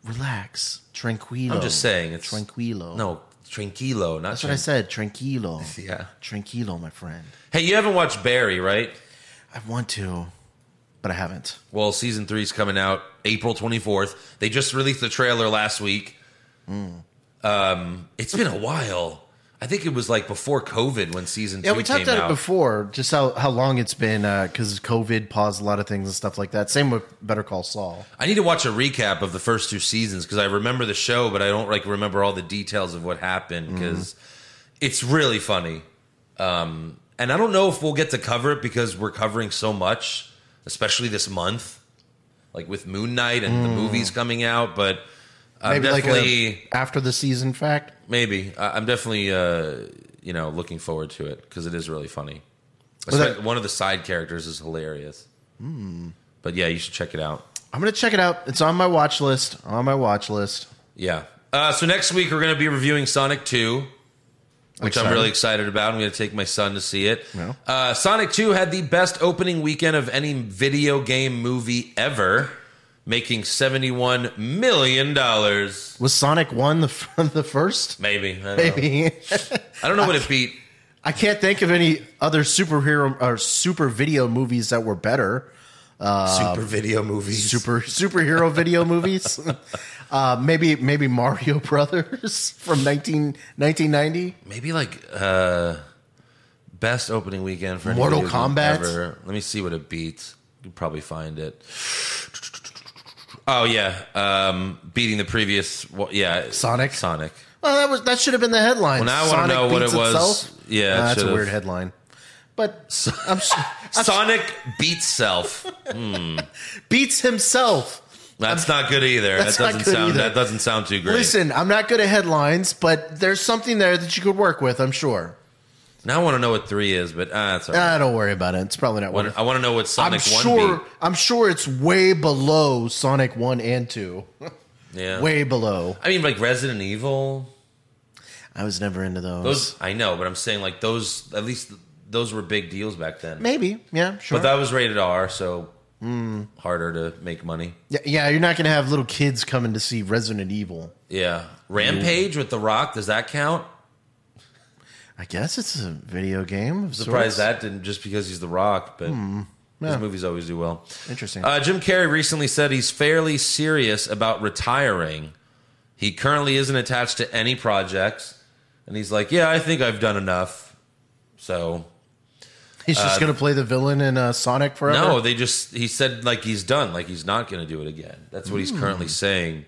D: Relax, tranquilo.
C: I'm just saying, it's-
D: tranquilo.
C: No, tranquilo, not
D: that's what I said. Tranquilo.
C: Yeah.
D: tranquilo, my friend.
C: Hey, you haven't watched Barry, right?
D: I want to, but I haven't.
C: Well, season three's coming out April 24th. They just released the trailer last week. Um, it's been a while. I think it was like before COVID when season
D: Yeah,
C: two
D: we
C: came
D: talked about
C: out.
D: it before, just how, how long it's been because COVID paused a lot of things and stuff like that. Same with Better Call Saul.
C: I need to watch a recap of the first two seasons because I remember the show, but I don't like remember all the details of what happened
D: Mm-hmm.
C: because it's really funny. Um, and I don't know if we'll get to cover it because we're covering so much, especially this month, like with Moon Knight and the movies coming out. But I'm
D: Mm. Maybe like
C: definitely
D: a after the season fact.
C: maybe I, I'm definitely uh, you know looking forward to it because it is really funny.
D: Well, that- Hmm.
C: Espe- one of the side characters is hilarious. But yeah, you should check it out.
D: I'm gonna check it out. It's on my watch list. On my watch list.
C: Yeah. Uh, so next week we're going to be reviewing Sonic 2, which I'm
D: Excited.
C: really excited about. I'm going to take my son to see it.
D: Yeah.
C: Uh, Sonic 2 had the best opening weekend of any video game movie ever, making 71 million dollars.
D: Was Sonic One the f- the (laughs) first?
C: Maybe. I don't know.
D: Maybe
C: Oh. I don't know what it beat.
D: (laughs) I can't think of any other superhero or super video movies that were better.
E: Super video movies.
D: Super superhero video movies. (laughs) Uh, maybe maybe Mario Brothers from 19, 1990.
C: Maybe like uh, best opening weekend for any
D: Mortal
C: video game
D: Kombat?
C: ever. Let me see what it beats. You can probably find it. Oh yeah, um, beating the previous. Well, yeah,
D: Sonic?
C: Sonic.
D: Well, that was that should have been the headline.
C: Well, now I wanna
D: Sonic
C: know what
D: beats
C: it was.
D: itself?
C: Yeah, it
D: Nah, that's a
C: should've.
D: weird headline. But I'm, s- (laughs)
C: Sonic beats self.
D: beats himself.
C: That's not good either.
D: That's
C: that
D: not
C: doesn't
D: good
C: sound.
D: either.
C: That doesn't sound too great.
D: Listen, I'm not good at headlines, but there's something there that you could work with. I'm sure.
C: Now I want to know what three is, but uh, that's all right.
D: Ah, don't worry about it. It's probably not
C: I wanna-
D: worth.
C: I want to know what Sonic
D: I'm
C: one
D: sure. I'm sure it's way below Sonic One and Two.
C: beat. Yeah.
D: Way below.
C: I mean, like Resident Evil.
D: I was never into those.
C: Those I know, but I'm saying like those. At least those were big deals back then.
D: Maybe. Yeah. Sure.
C: But that was rated R, so harder to make money.
D: yeah, yeah, you're not gonna have little kids coming to see Resident Evil.
C: Yeah. Rampage with The Rock, does that count?
D: I guess it's a video game. of
C: Surprised
D: sorts.
C: that didn't just because he's The Rock, but
D: Hmm. Yeah.
C: his movies always do well.
D: Interesting.
C: Uh, Jim Carrey recently said he's fairly serious about retiring. He currently isn't attached to any projects, and he's like, "Yeah, I think I've done enough." So
D: He's just gonna play the villain in uh, Sonic forever.
C: uh, No, they just he said like he's done, like he's not going to do it again. That's what he's
D: Hmm.
C: currently saying.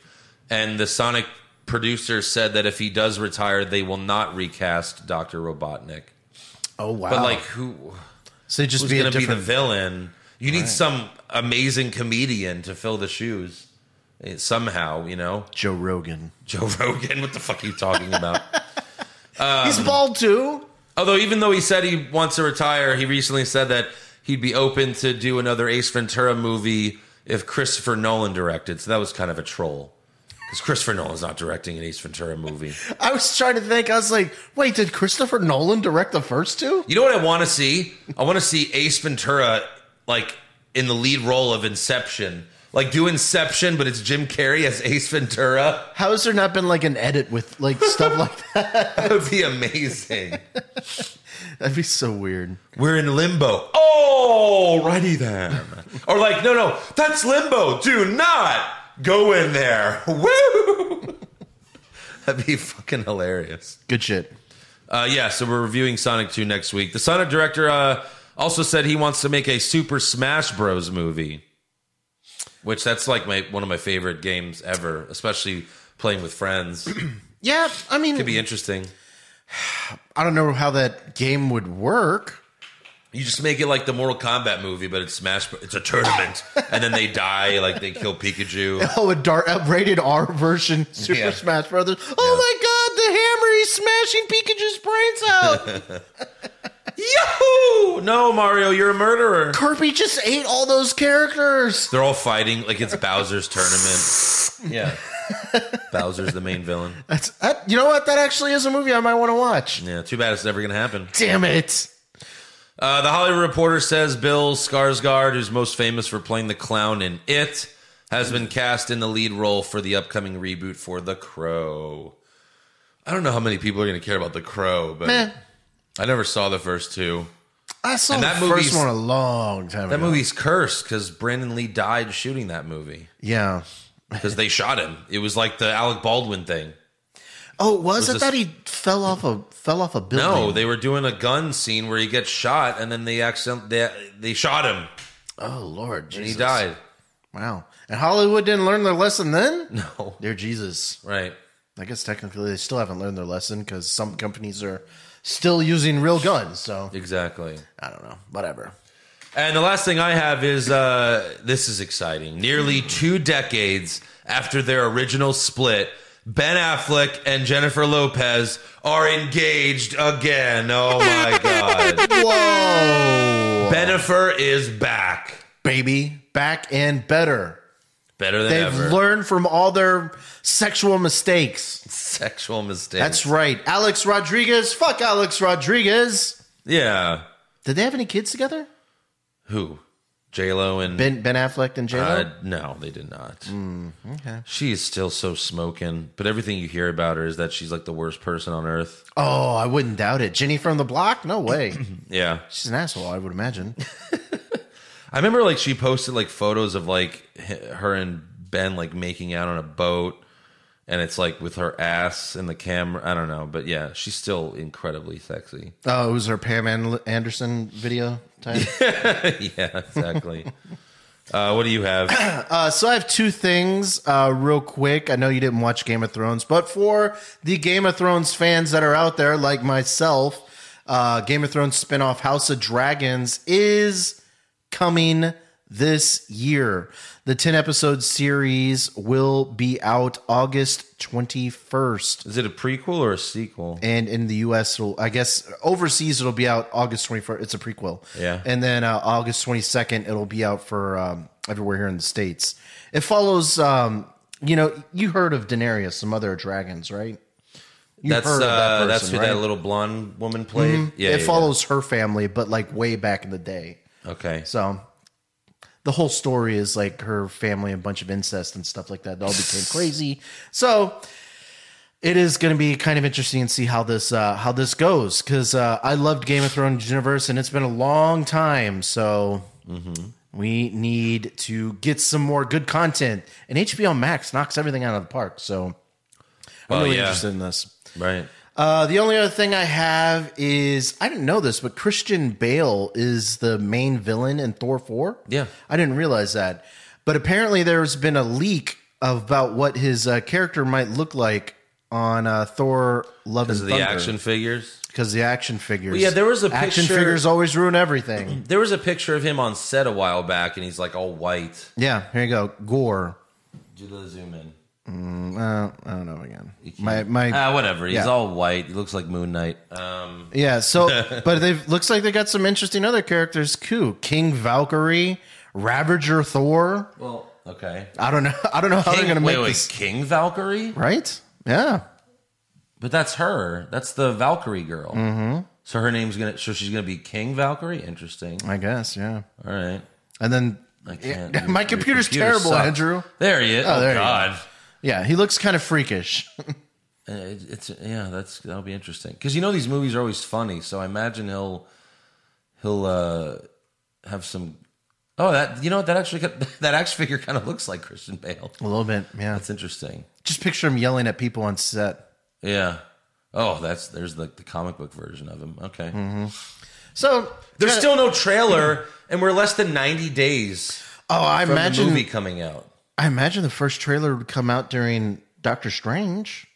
C: And the Sonic producer said that if he does retire, they will not recast Doctor Robotnik.
D: oh wow.
C: But like who
D: so it'd just
C: who's
D: be a
C: going to be the
D: different.
C: villain? You need some amazing comedian to fill the shoes. eh, Somehow, you know,
D: (laughs)
C: (laughs)
D: Joe Rogan.
C: Joe Rogan. What the fuck are you talking about? Um,
D: He's bald too.
C: Although, even though he said he wants to retire, he recently said that he'd be open to do another Ace Ventura movie if Christopher Nolan directed. So that was kind of a troll. Because Christopher Nolan's not directing an Ace Ventura movie.
D: I was trying to think. I was like, wait, did Christopher Nolan direct the first two?
C: You know what I want to see? I want to see Ace Ventura, like, in the lead role of Inception. Like, do Inception, but it's Jim Carrey as Ace Ventura. (laughs)
D: How has there not been like an edit with like stuff (laughs) like that?
C: That would be amazing.
D: That'd be so weird.
C: We're in limbo. Oh, righty then. or like, no, no, that's limbo. Do not go in there. Woo! That'd be fucking hilarious.
D: Good shit.
C: Uh, yeah, so we're reviewing Sonic 2 next week. The Sonic director uh, also said he wants to make a Super Smash Bros. movie, which that's like my one of my favorite games ever, especially playing with friends. Could
D: Yeah, I mean,
C: be interesting.
D: I don't know how that game would work.
C: You just make it like the Mortal Kombat movie, but it's Smash. Bros. It's a tournament, and then they die, like they kill Pikachu.
D: Oh, a dark a rated R version Super
C: Yeah.
D: Smash Brothers. Oh my God, the hammer! He's smashing Pikachu's brains
C: (laughs)
D: out.
C: Yahoo! No, Mario, you're a murderer.
D: Kirby just ate all those characters.
C: They're all fighting like it's Bowser's tournament. Yeah, Bowser's the main villain.
D: That's that, you know what? That actually is a movie I might want to watch.
C: Yeah, too bad it's never gonna happen.
D: Damn it!
C: Uh, the Hollywood Reporter says Bill Skarsgård, who's most famous for playing the clown in It, has been cast in the lead role for the upcoming reboot for The Crow. I don't know how many people are going to care about The Crow, but
D: Meh.
C: I never saw the first two.
D: I saw
C: And
D: the
C: that movie's-
D: first one a long time
C: That
D: ago.
C: movie's cursed because Brandon Lee died shooting that movie
D: yeah.
C: because they shot him. It was like the Alec Baldwin thing.
D: Oh, it
C: Was
D: was? I
C: this-
D: thought he fell off a fell off a building.
C: No, they were doing a gun scene where he gets shot, and then they accident they, they shot him
D: oh Lord,
C: and
D: Jesus.
C: he died. (laughs)
D: Wow. And Hollywood didn't learn their lesson then.
C: No,
D: Dear Jesus,
C: right?
D: I guess technically they still haven't learned their lesson because some companies are still using real guns. So
C: Exactly.
D: I don't know. Whatever.
C: And the last thing I have is uh, this is exciting. Nearly two decades after their original split, Ben Affleck and Jennifer Lopez are engaged again. Oh my
D: (laughs)
C: God.
D: Whoa,
C: Benifer is back.
D: baby, back and better.
C: Better than
D: They've
C: ever.
D: learned from all their sexual mistakes.
C: Sexual mistakes.
D: That's right. Alex Rodriguez. Fuck Alex Rodriguez.
C: yeah.
D: Did they have any kids together?
C: Who? J Lo and
D: Ben Ben Affleck and J Lo.
C: Uh, no, they did not. She is still so smoking, but everything you hear about her is that she's like the worst person on earth.
D: oh, I wouldn't doubt it. Jenny from the block? No way. (clears throat)
C: Yeah,
D: She's an asshole. I would imagine.
C: I remember like she posted like photos of like h- her and Ben like making out on a boat, and it's like with her ass in the camera. I don't know, but yeah, she's still incredibly sexy. (laughs)
D: Oh, it was her Pam An- Anderson video time.
C: yeah, exactly. uh, what do you have?
D: Uh, so I have two things uh, real quick. I know you didn't watch Game of Thrones, but for the Game of Thrones fans that are out there, like myself, uh, Game of Thrones spinoff House of Dragons is coming this year. The 10 episode series will be out August 21st.
C: Is it a prequel or a sequel?
D: And in the US, it'll, I guess overseas, it'll be out August 21st. It's a prequel.
C: Yeah.
D: And then uh, August 22nd, it'll be out for um, everywhere here in the States. It follows, um, you know, you heard of Daenerys, the mother of dragons, right? You've
C: That's
D: heard of
C: uh,
D: that
C: that's
D: person,
C: who
D: right? Mm-hmm.
C: that little blonde woman played. Yeah,
D: it
C: yeah,
D: follows her family, but like way back in the day.
C: yeah. Okay,
D: So the whole story is like her family, a bunch of incest and stuff like that. It
C: (laughs)
D: all became crazy. So it is going to be kind of interesting to see how this uh, how this goes because uh, I loved Game of Thrones universe and it's been a long time. So
C: Mm-hmm.
D: we need to get some more good content. And HBO Max knocks everything out of the park. So I'm
C: Well,
D: really
C: yeah.
D: interested in this.
C: right.
D: Uh, the only other thing I have is I didn't know this, but Christian Bale is the main villain in Thor 4.
C: Yeah.
D: I didn't realize that. But apparently, there's been a leak about what his uh, character might look like on uh, Thor Love and
C: Because of the action figures.
D: Because the action figures.
C: yeah, there was a
D: Action
C: picture-
D: figures always ruin everything. (clears throat)
C: There was a picture of him on set a while back, and he's like all white.
D: yeah, here you go. Gore.
C: Do the zoom in.
D: Uh, I don't know again. My, my,
C: Ah, whatever. He's
D: Yeah.
C: all white. He looks like Moon Knight. Um,
D: Yeah,
C: (laughs)
D: so but they looks like they got some interesting other characters too. King Valkyrie, Ravager Thor.
C: well, okay.
D: I don't know. (laughs) I don't know how
C: King,
D: Oh, they're gonna
C: wait,
D: make
C: wait,
D: this
C: King Valkyrie?
D: right. Yeah,
C: But that's her. That's the Valkyrie girl.
D: Mm-hmm.
C: So her name's gonna. So she's gonna be King Valkyrie. Interesting.
D: I guess. Yeah,
C: All right.
D: and then
C: I
D: (laughs)
C: can't.
D: Yeah,
C: your-
D: my
C: your
D: computer's
C: computer
D: terrible,
C: sucks.
D: Andrew.
C: There he is. Oh,
D: there you go.
C: God.
D: yeah, he looks kind of freakish.
C: Uh, it- It's yeah. That's that'll be interesting because you know these movies are always funny. So I imagine he'll he'll uh, have some. Oh, that you know what that actually (laughs) that action figure kind of looks like Christian Bale.
D: a little bit. Yeah,
C: That's interesting.
D: just picture him yelling at people on set.
C: Yeah. Oh, that's there's like the comic book version of him. Okay.
D: So
C: There's
D: Mm-hmm. yeah.
C: still no trailer, and we're less than 90 days
D: Oh, I
C: from
D: imagine.
C: the movie coming out.
D: I imagine the first trailer would come out during Doctor Strange.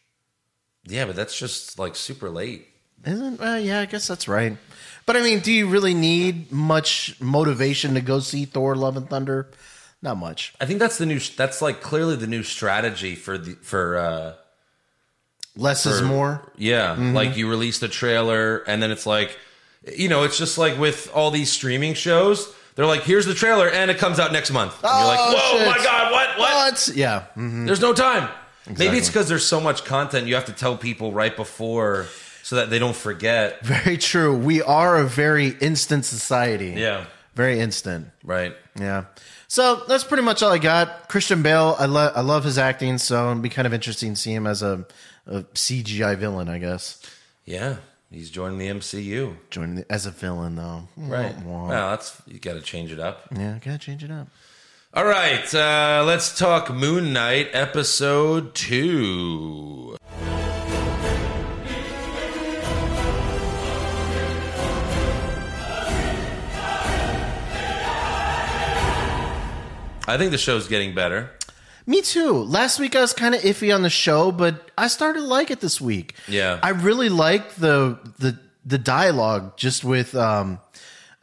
C: Yeah, but that's just like super late.
D: Isn't uh, yeah, I guess that's right. But I mean, do you really need much motivation to go see Thor: Love and Thunder? Not much.
C: I think that's the new. That's like clearly the new strategy for the for. uh
D: Less is more.
C: Yeah, like you release the trailer and then it's like, you know, it's just like with all these streaming shows. They're like, here's the trailer, and it comes out next month. And you're like,
D: Oh,
C: whoa,
D: shit.
C: my god, what, what?
D: What? Yeah. Mhm.
C: There's no time. Maybe it's because there's so much content you have to tell people right before. so that they don't forget.
D: Very true. We are a very instant society.
C: Yeah.
D: Very instant.
C: Right.
D: Yeah. So that's pretty much all I got. Christian Bale, I, lo- I love his acting, so it'd be kind of interesting to see him as a, a CGI villain, I guess.
C: Yeah. He's joining the MCU.
D: Joining the- as a villain, though.
C: Right.
D: Wah, wah.
C: Well, that's you got to change it up.
D: Yeah, gotta change it up.
C: All right, uh, let's talk Moon Knight episode two. I think the show's getting better.
D: Me too. Last week I was kind of iffy on the show, but I started to like it this week.
C: Yeah.
D: I really like the the the dialogue just with um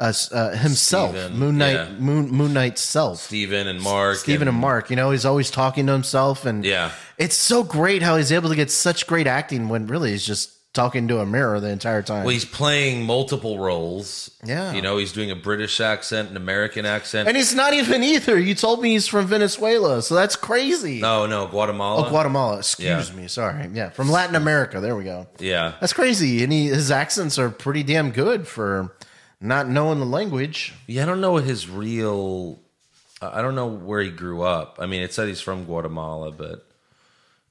D: us uh, himself,
C: Steven,
D: Moon Knight,
C: yeah.
D: Moon Moon Knight's self.
C: Steven and Mark.
D: Stephen and Mark, you know, he's always talking to himself, and
C: Yeah.
D: it's so great how he's able to get such great acting when really he's just talking to a mirror the entire time.
C: Well, he's playing multiple roles.
D: Yeah.
C: You know, he's doing a British accent, an American accent.
D: and he's not even either. You told me he's from Venezuela, so that's crazy.
C: no, no, Guatemala.
D: Oh, Guatemala. Excuse
C: Yeah.
D: me. Sorry. Yeah, from Latin America. There we go.
C: yeah.
D: That's crazy. And he, his accents are pretty damn good for not knowing the language.
C: Yeah, I don't know what his real. I I don't know where he grew up. I mean, it said he's from Guatemala, but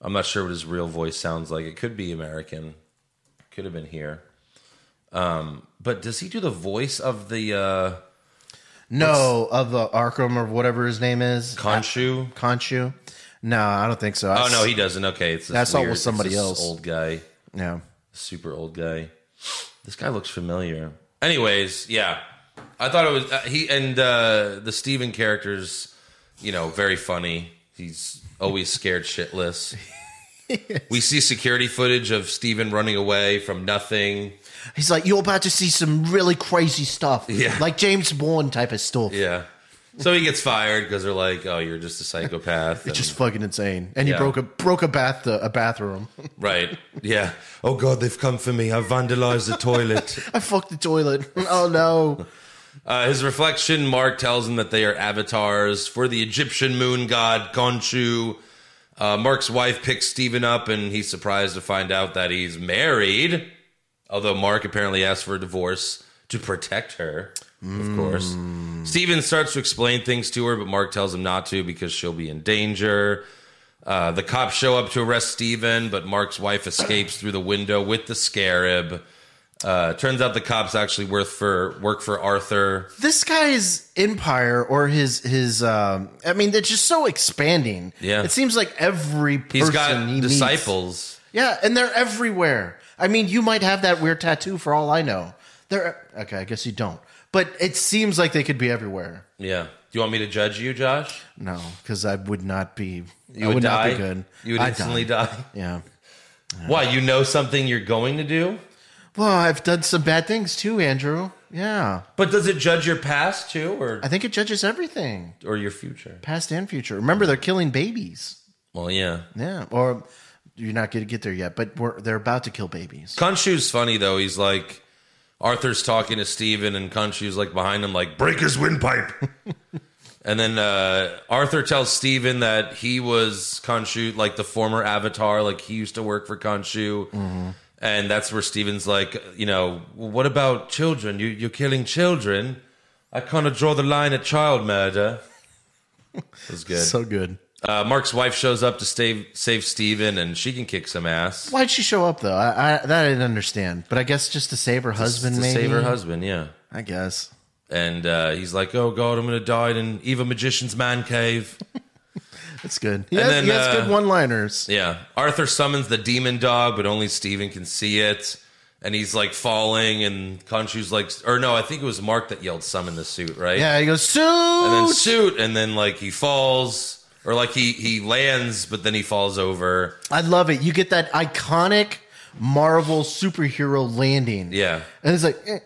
C: I'm not sure what his real voice sounds like. It could be American, could have been here. Um, but does he do the voice of the uh,
D: No, of the Arkham or whatever his name is.
C: Khonshu?
D: Conchu. No, I don't think so.
C: Oh no, he doesn't. Okay, it's this
D: That's
C: weird,
D: almost
C: it's
D: somebody
C: this
D: else.
C: Old guy,
D: Yeah.
C: super old guy. This guy looks familiar. Anyways, yeah, I thought it was uh, he and uh, the Steven characters. You know, very funny. He's always scared shitless. we see security footage of Steven running away from nothing.
D: He's like, you're about to see some really crazy stuff.
C: Yeah.
D: Like James Bond type of stuff.
C: Yeah. So he gets fired because they're like, "Oh, you're just a
D: (laughs)
C: psychopath." And-
D: Just fucking insane. And he
C: Yeah.
D: broke a broke a bath a bathroom. (laughs)
C: right? Yeah.
E: Oh God, they've come for me. I vandalized the toilet.
D: I fucked the toilet. (laughs) oh no.
C: Uh, his reflection, Mark tells him that they are avatars for the Egyptian moon god Khonshu. Uh, Mark's wife picks Stephen up, and he's surprised to find out that he's married. Although Mark apparently asked for a divorce to protect her, of course. Stephen starts to explain things to her, but Mark tells him not to because she'll be in danger. Uh, the cops show up to arrest Stephen, but Mark's wife escapes through the window with the scarab. Uh, turns out the cops actually work for work for Arthur.
D: This guy's empire or his his um I mean they're just so expanding.
C: Yeah.
D: It seems like every person
C: He's got
D: he meets-
C: disciples.
D: Yeah, and they're everywhere. I mean, you might have that weird tattoo for all I know. They're okay, I guess you don't. But it seems like they could be everywhere.
C: Yeah. Do you want me to judge you, Josh?
D: No, because I would not be.
C: You
D: I would, not
C: die.
D: be good.
C: You would
D: I'd
C: instantly die.
D: Yeah.
C: Why? You know something you're going to do?
D: Well, I've done some bad things too, Andrew. Yeah.
C: But does it judge your past too, or
D: I think it judges everything,
C: or your future?
D: past and future. Remember, they're killing babies.
C: Well, yeah.
D: Yeah. Or you're not going to get there yet, but we're, they're about to kill babies.
C: Khonshu's funny though. He's like Arthur's talking to Steven and Khonshu's like behind him, like
E: Break his windpipe.
C: And then uh, Arthur tells Steven that he was Khonshu, like the former avatar, like he used to work for Khonshu.
D: Mm-hmm.
C: And that's where Steven's like, you know, what about children? You, you're killing children. I kind of draw the line at child
D: (laughs)
C: murder. It was good.
D: So good.
C: uh, Mark's wife shows up to save, save Steven, and she can kick some ass.
D: Why'd she show up, though? I, I, that I didn't understand. But I guess just to save her husband,
C: to
D: maybe.
C: save her husband, yeah.
D: I guess.
C: And uh, he's like, oh, God, I'm going to die in an evil magician's man cave.
D: That's good. He
C: And
D: has,
C: then,
D: he has
C: uh,
D: good one liners.
C: Yeah. Arthur summons the demon dog, but only Steven can see it. And he's like falling, and Khonshu's like, or no, I think it was Mark that yelled summon the suit, right?
D: Yeah, he goes, suit!
C: And then suit, and then like he falls, or like he, he lands, but then he falls over.
D: I love it. You get that iconic Marvel superhero landing.
C: Yeah.
D: And it's like, eh.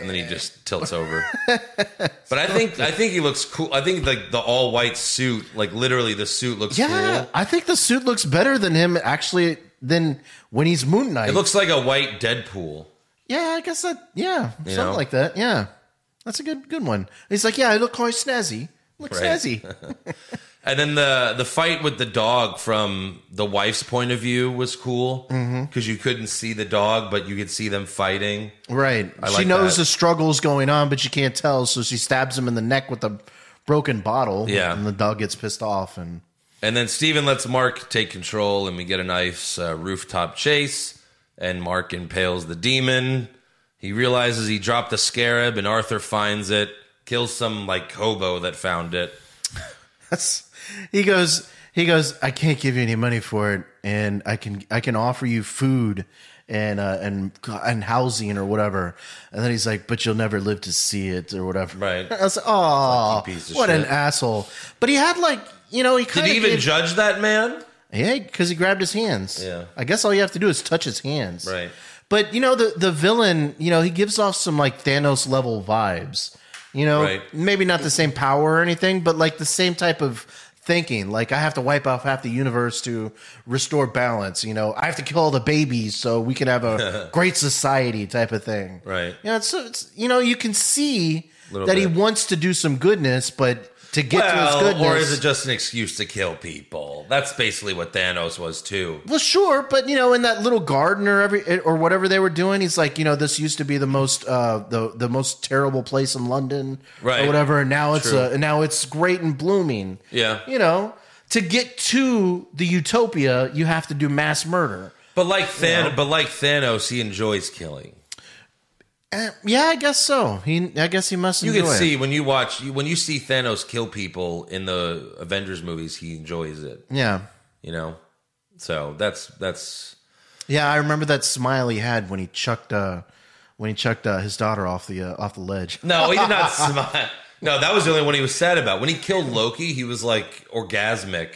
C: And then he just tilts
D: (laughs)
C: over. but I think I think he looks cool. I think like the all white suit, like literally the suit looks
D: yeah,
C: cool.
D: I think the suit looks better than him actually than when he's Moon Knight.
C: It looks like a white Deadpool.
D: yeah, I guess that, yeah, something
C: know?
D: like that. Yeah. That's a good good one. He's like, yeah, I look quite snazzy. Looks
C: Right. (laughs)
D: snazzy.
C: And then the the fight with the dog from the wife's point of view was cool because
D: Mm-hmm.
C: you couldn't see the dog, but you could see them fighting.
D: Right.
C: I
D: she
C: like
D: knows
C: that.
D: the struggle's going on, but she can't tell, so she stabs him in the neck with a broken bottle.
C: Yeah.
D: And the dog gets pissed off and
C: And then Steven lets Mark take control, and we get a nice uh, rooftop chase. And Mark impales the demon. He realizes he dropped the scarab, and Arthur finds it, kills some like hobo that found it.
D: That's, he goes. He goes. I can't give you any money for it, and I can I can offer you food and uh, and and housing or whatever. And then he's like, "But you'll never live to see it or whatever." (laughs)
C: Right.
D: I was like, "Oh,
C: Fucking piece of
D: what an
C: shit."
D: asshole!" But he had like you know he
C: Did
D: kind
C: he
D: of
C: even
D: gave,
C: judge that man?
D: yeah because he grabbed his hands.
C: Yeah.
D: I guess all you have to do is touch his hands.
C: Right.
D: But you know the the villain, you know, he gives off some like Thanos level vibes. You know,
C: Right.
D: maybe not the same power or anything, but like the same type of thinking. Like I have to wipe off half the universe to restore balance. You know, I have to kill all the babies so we can
C: (laughs)
D: have a great society type of thing.
C: Right.
D: You know, it's, it's you know you can see
C: Little
D: that he
C: bit.
D: wants to do some goodness, but to get to his
C: Well,
D: goodness,
C: or is it just an excuse to kill people? That's basically what Thanos was too.
D: Well, sure, but you know, in that little garden or every or whatever they were doing, he's like, you know, this used to be the most uh, the the most terrible place in London,
C: Right.
D: Or whatever, and now it's
C: True.
D: uh, now it's great and blooming.
C: Yeah.
D: you know, to get to the utopia, you have to do mass murder.
C: But like Thanos, but like Thanos, he enjoys killing.
D: Eh, yeah, I guess so. He, I guess he must.
C: You
D: enjoy
C: can
D: it.
C: see when you watch you- when you see Thanos kill people in the Avengers movies, he enjoys it.
D: yeah,
C: You know, so that's that's
D: yeah. I remember that smile he had when he chucked uh, when he chucked uh, his daughter off the uh, off the ledge.
C: no, he did (laughs) not smile. No, that was the only one he was sad about. When he killed Loki, he was like orgasmic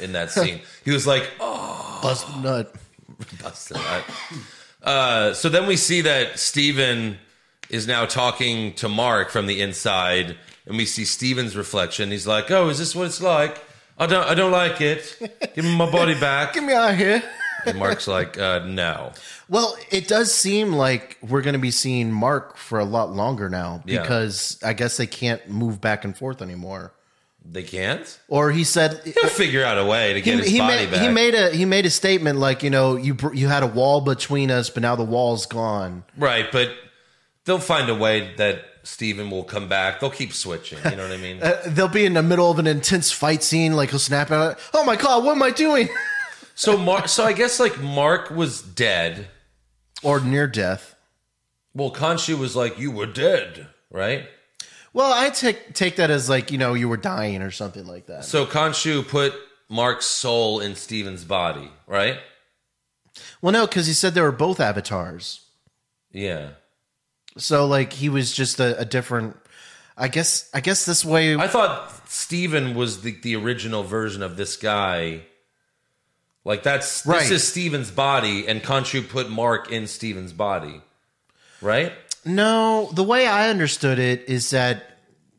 C: in (laughs) that scene. He was like,
D: Bust nut.
C: Busted out. Uh, so then we see that Steven is now talking to Mark from the inside, and we see Steven's reflection. He's like, "Oh, is this what it's like? I don't, I don't like it. Give me my body back."
D: Get me out of here.
C: And Mark's like, uh, "No,
D: Well, it does seem like we're going to be seeing Mark for a lot longer now
C: Yeah.
D: because I guess they can't move back and forth anymore.
C: they can't.
D: Or he said
C: He'll figure out a way to get
D: he,
C: his
D: he
C: body
D: made,
C: back."
D: he made a he made a statement like you know you br- you had a wall between us, but now the wall's gone.
C: right, but they'll find a way that Steven will come back. They'll keep switching. You know what I
D: (laughs)
C: mean?
D: Uh, they'll be in the middle of an intense fight scene. Like he'll snap out. Oh my god, what am I doing? (laughs)
C: so Mark, so I guess like Mark was dead.
D: or near death.
C: Well, Khonshu was like, "You were dead." Right.
D: Well, I take take that as like you know you were dying or something like that.
C: So Khonshu put Mark's soul in Steven's body, right?
D: well, no, because he said they were both avatars.
C: Yeah.
D: So like he was just a, a different. I guess I guess this way.
C: I thought Steven was the, the original version of this guy. Like that's
D: Right.
C: this is Steven's body, and Khonshu put Mark in Steven's body. Right?
D: no, the way I understood it is that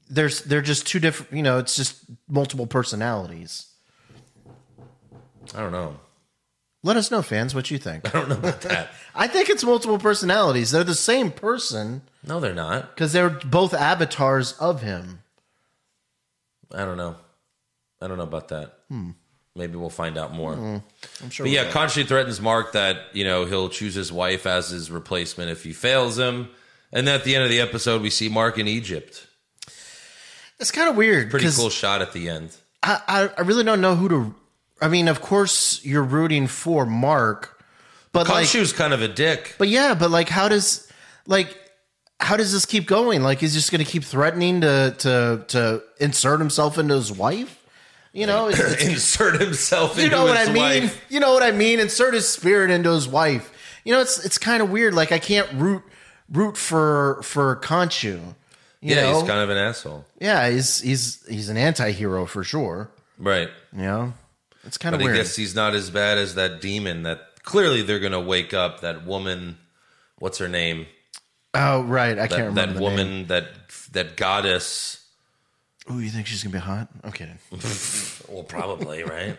D: there's they're just two different. You know, it's just multiple personalities.
C: I don't know. (laughs)
D: Let us know, fans, what you think.
C: I don't know about that.
D: I think it's multiple personalities. They're the same person
C: no, they're not.
D: because they're both avatars of him.
C: I don't know. I don't know about that. Maybe we'll find out more.
D: I'm sure.
C: But yeah, Conchi threatens Mark that, you know, he'll choose his wife as his replacement if he fails him. And then at the end of the episode, we see Mark in Egypt.
D: it's kind of weird.
C: Pretty
D: 'cause
C: cool shot at the end.
D: I, I I really don't know who to. I mean, of course you're rooting for Mark, but like
C: Khonshu's kind of a dick. (laughs)
D: But yeah, but like, how does like how does this keep going? Like, he's just going to keep threatening to to to insert himself into his wife. You know, it's,
C: (clears throat)
D: it's-
C: Insert himself
D: you
C: into
D: know what
C: his
D: I mean.
C: wife.
D: You know what I mean. Insert his spirit into his wife. You know, it's it's kind of weird. Like, I can't root root for for Conchu. You
C: yeah,
D: know?
C: he's kind of an asshole.
D: yeah, he's he's he's an anti-hero for sure.
C: Right.
D: You know, it's kind
C: But
D: of
C: I
D: weird.
C: guess he's not as bad as that demon that clearly they're going to wake up. That woman, what's her name?
D: oh right, I can't
C: That,
D: remember
C: that
D: the
C: woman,
D: Name.
C: that that goddess.
D: Oh, you think she's gonna be hot? I'm kidding.
C: Well, probably,
D: (laughs)
C: right?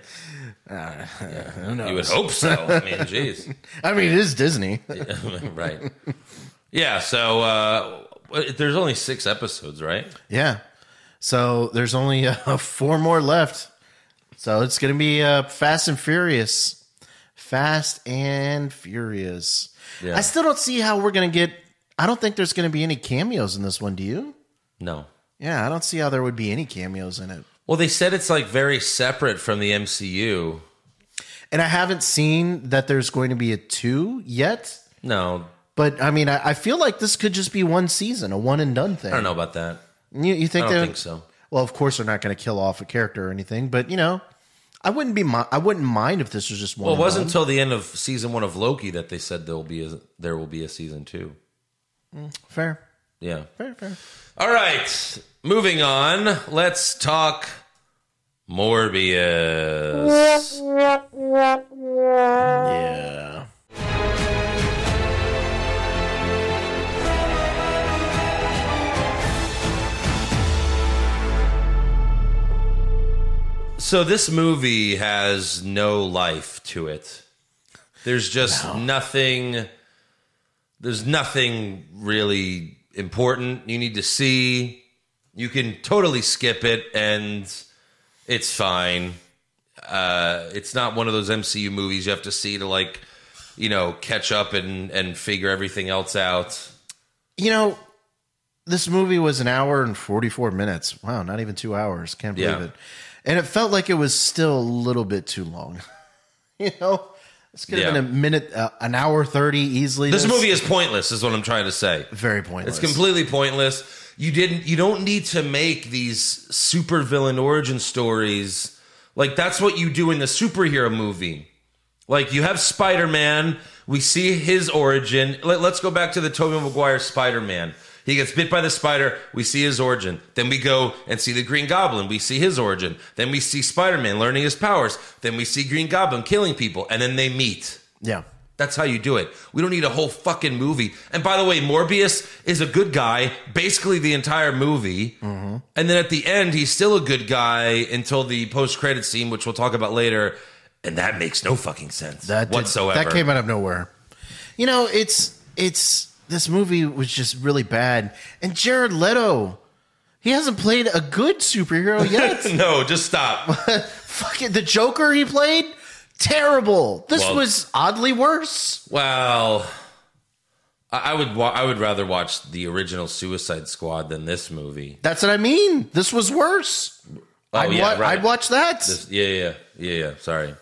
D: Uh,
C: yeah. You would hope so. I
D: (laughs)
C: mean, jeez.
D: I mean, it is Disney.
C: (laughs) right. Yeah. So uh, there's only six episodes, right?
D: Yeah. So there's only uh, (laughs) four more left. So it's going to be uh, Fast and Furious. Fast and Furious.
C: Yeah.
D: I still don't see how we're going to get. I don't think there's going to be any cameos in this one. Do you?
C: No.
D: Yeah, I don't see how there would be any cameos in it.
C: Well, they said it's like very separate from the MCU.
D: And I haven't seen that there's going to be a two yet.
C: No,
D: But I mean, I, I feel like this could just be one season, a one and done thing.
C: I don't know about that.
D: You, you think
C: I
D: they
C: don't
D: would-
C: think so.
D: Well, of course they're not going to kill off a character or anything, but you know, I wouldn't be. Mi- I wouldn't mind if this was just one.
C: Well, it
D: and
C: wasn't
D: done.
C: until the end of season one of Loki that they said there'll be a, there will be a season two.
D: fair,
C: Yeah.
D: fair, fair.
C: All right. Moving on. Let's talk Morbius.
D: Yeah.
C: So this movie has no life to it. There's just nothing. There's nothing really important you need to see. You can totally skip it, and it's fine. Uh, it's not one of those MCU movies you have to see to like, you know, catch up and and figure everything else out.
D: You know, this movie was an hour and forty-four minutes. Wow, not even two hours. Can't believe
C: Yeah.
D: it. And it felt like it was still a little bit too long. (laughs) you know, this could have
C: Yeah.
D: been a minute, uh, an hour thirty easily.
C: This movie is pointless, is what I'm trying to say.
D: very pointless.
C: It's completely pointless. You didn't. You don't need to make these super villain origin stories. Like that's what you do in the superhero movie. Like you have Spider Man. We see his origin. Let, let's go back to the Tobey Maguire Spider Man. He gets bit by the spider. We see his origin. Then we go and see the Green Goblin. We see his origin. Then we see Spider Man learning his powers. Then we see Green Goblin killing people. And then they meet.
D: Yeah.
C: That's how you do it. We don't need a whole fucking movie. And by the way, Morbius is a good guy basically the entire movie.
D: Mm-hmm.
C: And then at the end, he's still a good guy until the post credit scene, which we'll talk about later. And that makes no fucking sense
D: that did-
C: whatsoever.
D: that
C: (laughs)
D: came out of nowhere. You know, it's it's this movie was just really bad. And Jared Leto, he hasn't played a good superhero
C: (laughs)
D: yet.
C: no, just stop. (laughs)
D: Fucking the Joker he played, terrible. This
C: Well-
D: was oddly worse.
C: well, I, I would wa- I would rather watch the original Suicide Squad than this movie.
D: That's what I mean. This was worse. I'd,
C: Oh, yeah,
D: wa-
C: right.
D: I'd watch that.
C: Yeah, yeah, yeah, yeah. Sorry.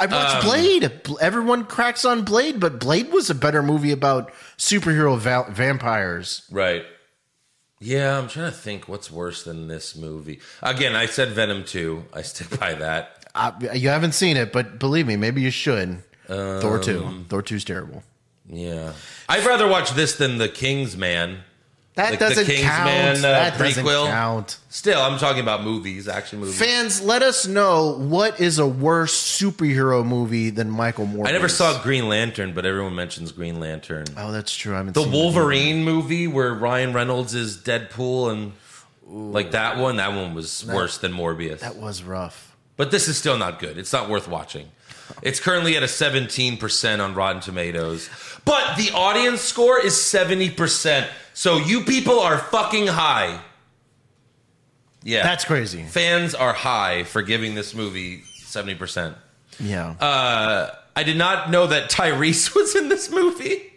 D: I'd watch
C: um,
D: Blade. Bl- Everyone cracks on Blade, but Blade was a better movie about superhero val- vampires.
C: Right. Yeah, I'm trying to think what's worse than this movie. Again, I said Venom 2. I stick (laughs) by that.
D: I, you haven't seen it, but believe me, maybe you should. Thor
C: Um,
D: 2. Thor 2's terrible.
C: Yeah. I'd rather watch this than The King's Man.
D: That
C: Like the
D: doesn't count.
C: Kingsman, uh,
D: that doesn't
C: prequel.
D: count.
C: Still, I'm talking about movies, action movies.
D: Fans, let us know what is a worse superhero movie than Michael Morbius.
C: I never saw Green Lantern, but everyone mentions Green Lantern.
D: Oh, that's true. I haven't
C: The
D: seen
C: Wolverine movie where Ryan Reynolds is Deadpool and like that one, that one was worse than Morbius.
D: That was rough.
C: but this is still not good. It's not worth watching. It's currently at a 17% on Rotten Tomatoes. But the audience score is 70%. So you people are fucking high. Yeah.
D: That's crazy.
C: Fans are high for giving this movie 70%.
D: Yeah.
C: Uh, I did not know that Tyrese (laughs) was in this movie.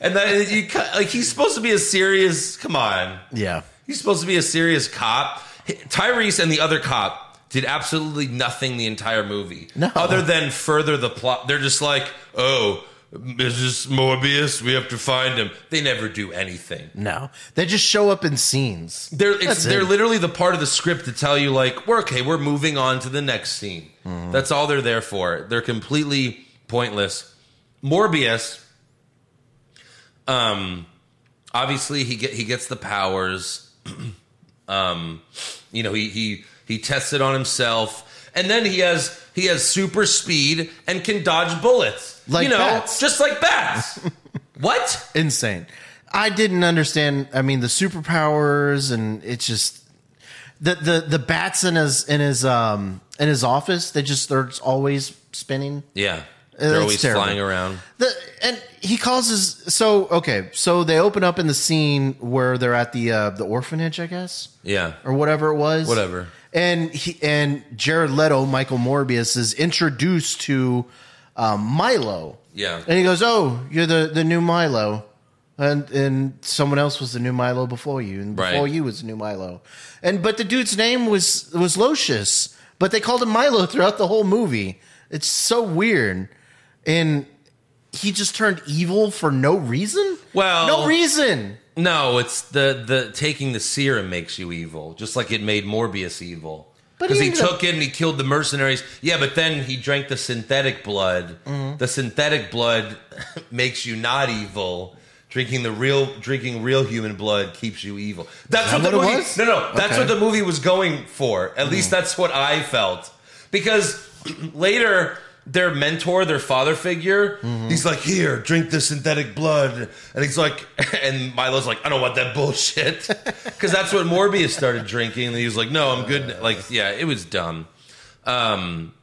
C: And that you ca- like he's supposed to be a serious come on.
D: yeah.
C: He's supposed to be a serious cop. Tyrese and the other cop did absolutely nothing the entire movie.
D: No.
C: Other than further the plot. They're just like, oh, is this Morbius? We have to find him. They never do anything.
D: No. They just show up in scenes.
C: They're, it's,
D: That's it.
C: they're literally the part of the script to tell you, like, we're okay, we're moving on to the next scene.
D: Mm-hmm.
C: That's all they're there for. They're completely pointless. Morbius, um, obviously he get he gets the powers. (clears throat) um, you know, he he he tests it on himself, and then he has he has super speed and can dodge bullets.
D: Like
C: you know,
D: bats.
C: just like
D: (laughs)
C: bats. what?
D: Insane. I didn't understand. I mean, the superpowers and it's just the the the bats in his in his um in his office. They just they're always spinning.
C: Yeah. They're
D: that's
C: always
D: terrible.
C: flying around.
D: The, and he calls his so okay. So they open up in the scene where they're at the uh, the orphanage, I guess,
C: Yeah.
D: or whatever it was.
C: Whatever.
D: And he and Jared Leto, Michael Morbius, is introduced to um, Milo.
C: Yeah.
D: And he goes, "Oh, you're the the new Milo." And and someone else was the new Milo before you, and before
C: Right.
D: you was the new Milo, and but the dude's name was was Lucius, but they called him Milo throughout the whole movie. It's so weird, and he just turned evil for no reason.
C: Well-
D: no reason.
C: No, it's the the taking the serum makes you evil, just like it made Morbius evil.
D: But
C: Because
D: he
C: he,
D: ended up-
C: took it and he killed the mercenaries. Yeah, but then he drank the synthetic blood.
D: Mm-hmm.
C: The synthetic blood (laughs) makes you not evil. Drinking the real drinking real human blood keeps you evil. That's
D: that
C: what the
D: what it
C: movie.
D: was?
C: No, no, that's
D: Okay.
C: what the movie was going for. At least that's what I felt. Because later, their mentor, their father figure,
E: He's like, here, drink the synthetic blood.
C: and he's like, (laughs) and Milo's like, I don't want that bullshit. (laughs) Because that's what Morbius started drinking. And he was like, no, I'm good. Like, yeah, it was dumb. Um,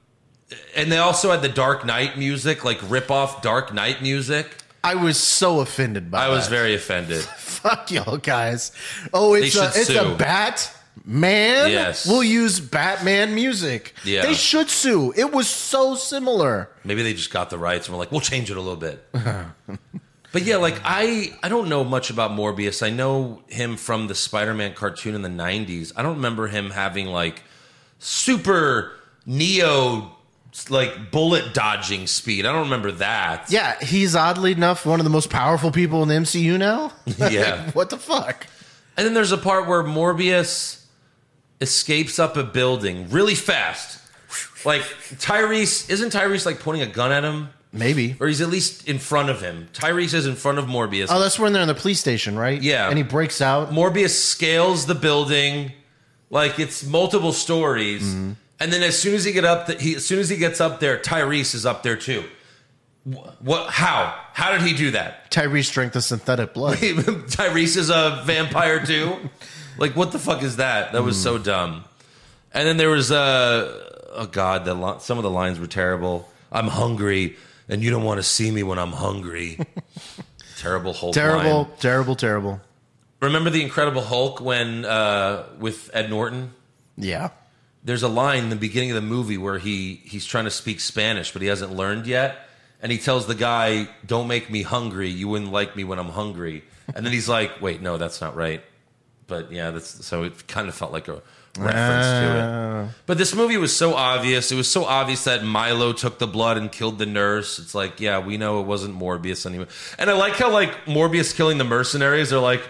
C: and they also had the Dark Knight music, like rip off Dark Knight music.
D: I was so offended by.
C: I was
D: that.
C: very offended.
D: fuck y'all guys. Oh, it's
C: They
D: a,
C: should
D: it's
C: sue.
D: a bat man.
C: Yes.
D: we'll use Batman music.
C: Yeah.
D: they should sue. It was so similar.
C: Maybe they just got the rights and were like, we'll change it a little bit. but yeah, like I, I don't know much about Morbius. I know him from the Spider-Man cartoon in the '90s. I don't remember him having like super Neo like bullet dodging speed. I don't remember that.
D: Yeah, he's oddly enough one of the most powerful people in the MCU now.
C: (laughs)
D: (laughs)
C: Yeah.
D: what the fuck?
C: And then there's a part where Morbius escapes up a building really fast. Like Tyrese, isn't Tyrese like pointing a gun at him?
D: Maybe.
C: Or he's at least in front of him. Tyrese is in front of Morbius.
D: Oh, that's when they're in the police station, right?
C: Yeah.
D: And he breaks out.
C: Morbius scales the building, like it's multiple stories, and then as soon as he get up, th- he, as soon as he gets up there, Tyrese is up there too. Wh- What? How? How did he do that? (laughs)
D: Tyrese drank the synthetic blood.
C: Tyrese is a vampire too. like what the fuck is that? That was so dumb. And then there was uh, oh god, the li- some of the lines were terrible.
E: I'm hungry, and you don't want to see me when I'm hungry.
C: Terrible Hulk.
D: terrible,
C: line.
D: terrible, terrible.
C: Remember the Incredible Hulk when uh, with Ed Norton.
D: Yeah.
C: there's a line in the beginning of the movie where he he's trying to speak Spanish, but he hasn't learned yet, and he tells the guy, "Don't make me hungry. You wouldn't like me when I'm hungry." And then he's like, "Wait, no, that's not right." But yeah, that's so it kind of felt like a reference to it. But this movie was so obvious. It was so obvious that Milo took the blood and killed the nurse. It's like, yeah, we know it wasn't Morbius anyway. And I like how like Morbius killing the mercenaries are like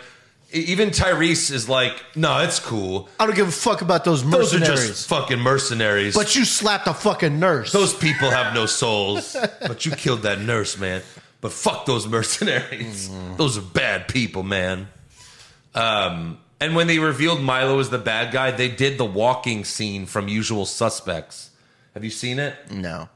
C: e- even Tyrese is like, no, it's cool.
D: I don't give a fuck about those
C: Those are
D: mercenaries.
C: just fucking mercenaries.
D: but you slapped a fucking nurse.
C: (laughs) those people have no souls. but you killed that nurse, man. But fuck those (laughs) mercenaries.
D: Mm.
C: Those are bad people, man. Um, and when they revealed Milo as the bad guy, they did the walking scene from Usual Suspects. Have you seen it?
D: no.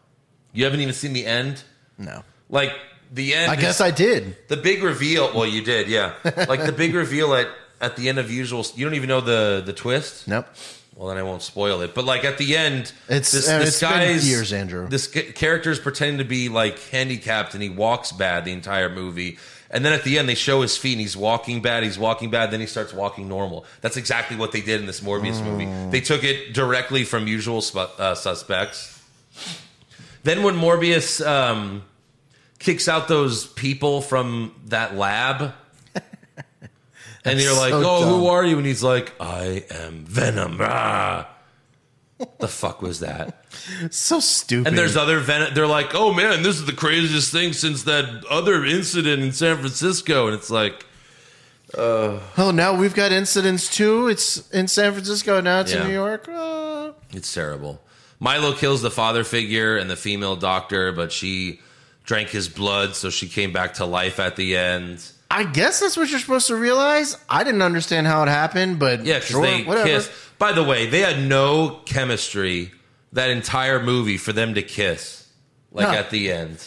C: You haven't even seen the end.
D: No.
C: Like the end.
D: I
C: is-
D: guess I did.
C: the big reveal. Well, you did, yeah. Like the
D: (laughs)
C: big reveal at at the end of Usual. You don't even know the the twist.
D: Nope.
C: Well, then I won't spoil it. But like at the end,
D: It's- uh, it's been years, Andrew.
C: This ca- character's pretending to be like handicapped, and he walks bad the entire movie. And then at the end, they show his feet, and he's walking bad. He's walking bad. Then he starts walking normal. That's exactly what they did in this Morbius
D: Hmm.
C: movie. They took it directly from Usual Spu- uh, Suspects. Then when Morbius um, kicks out those people from that
D: (laughs)
C: lab. And you're like,
D: so
C: oh,
D: dumb.
C: who are you? And he's like, I am Venom. Rah. The fuck was that?
D: So stupid.
C: And there's other Venom. They're like, oh man, this is the craziest thing since that other incident in San Francisco. And it's like,
D: oh, now we've got incidents too. It's in San Francisco. Now it's
C: Yeah.
D: in New York. Uh,
C: It's terrible. Milo kills the father figure and the female doctor, but she drank his blood, so she came back to life at the end.
D: I guess that's what you're supposed to realize. I didn't understand how it happened, but
C: Yeah, because
D: sure,
C: they
D: whatever.
C: kiss. By the way, they had no chemistry that entire movie for them to kiss, like
D: No.
C: at the end.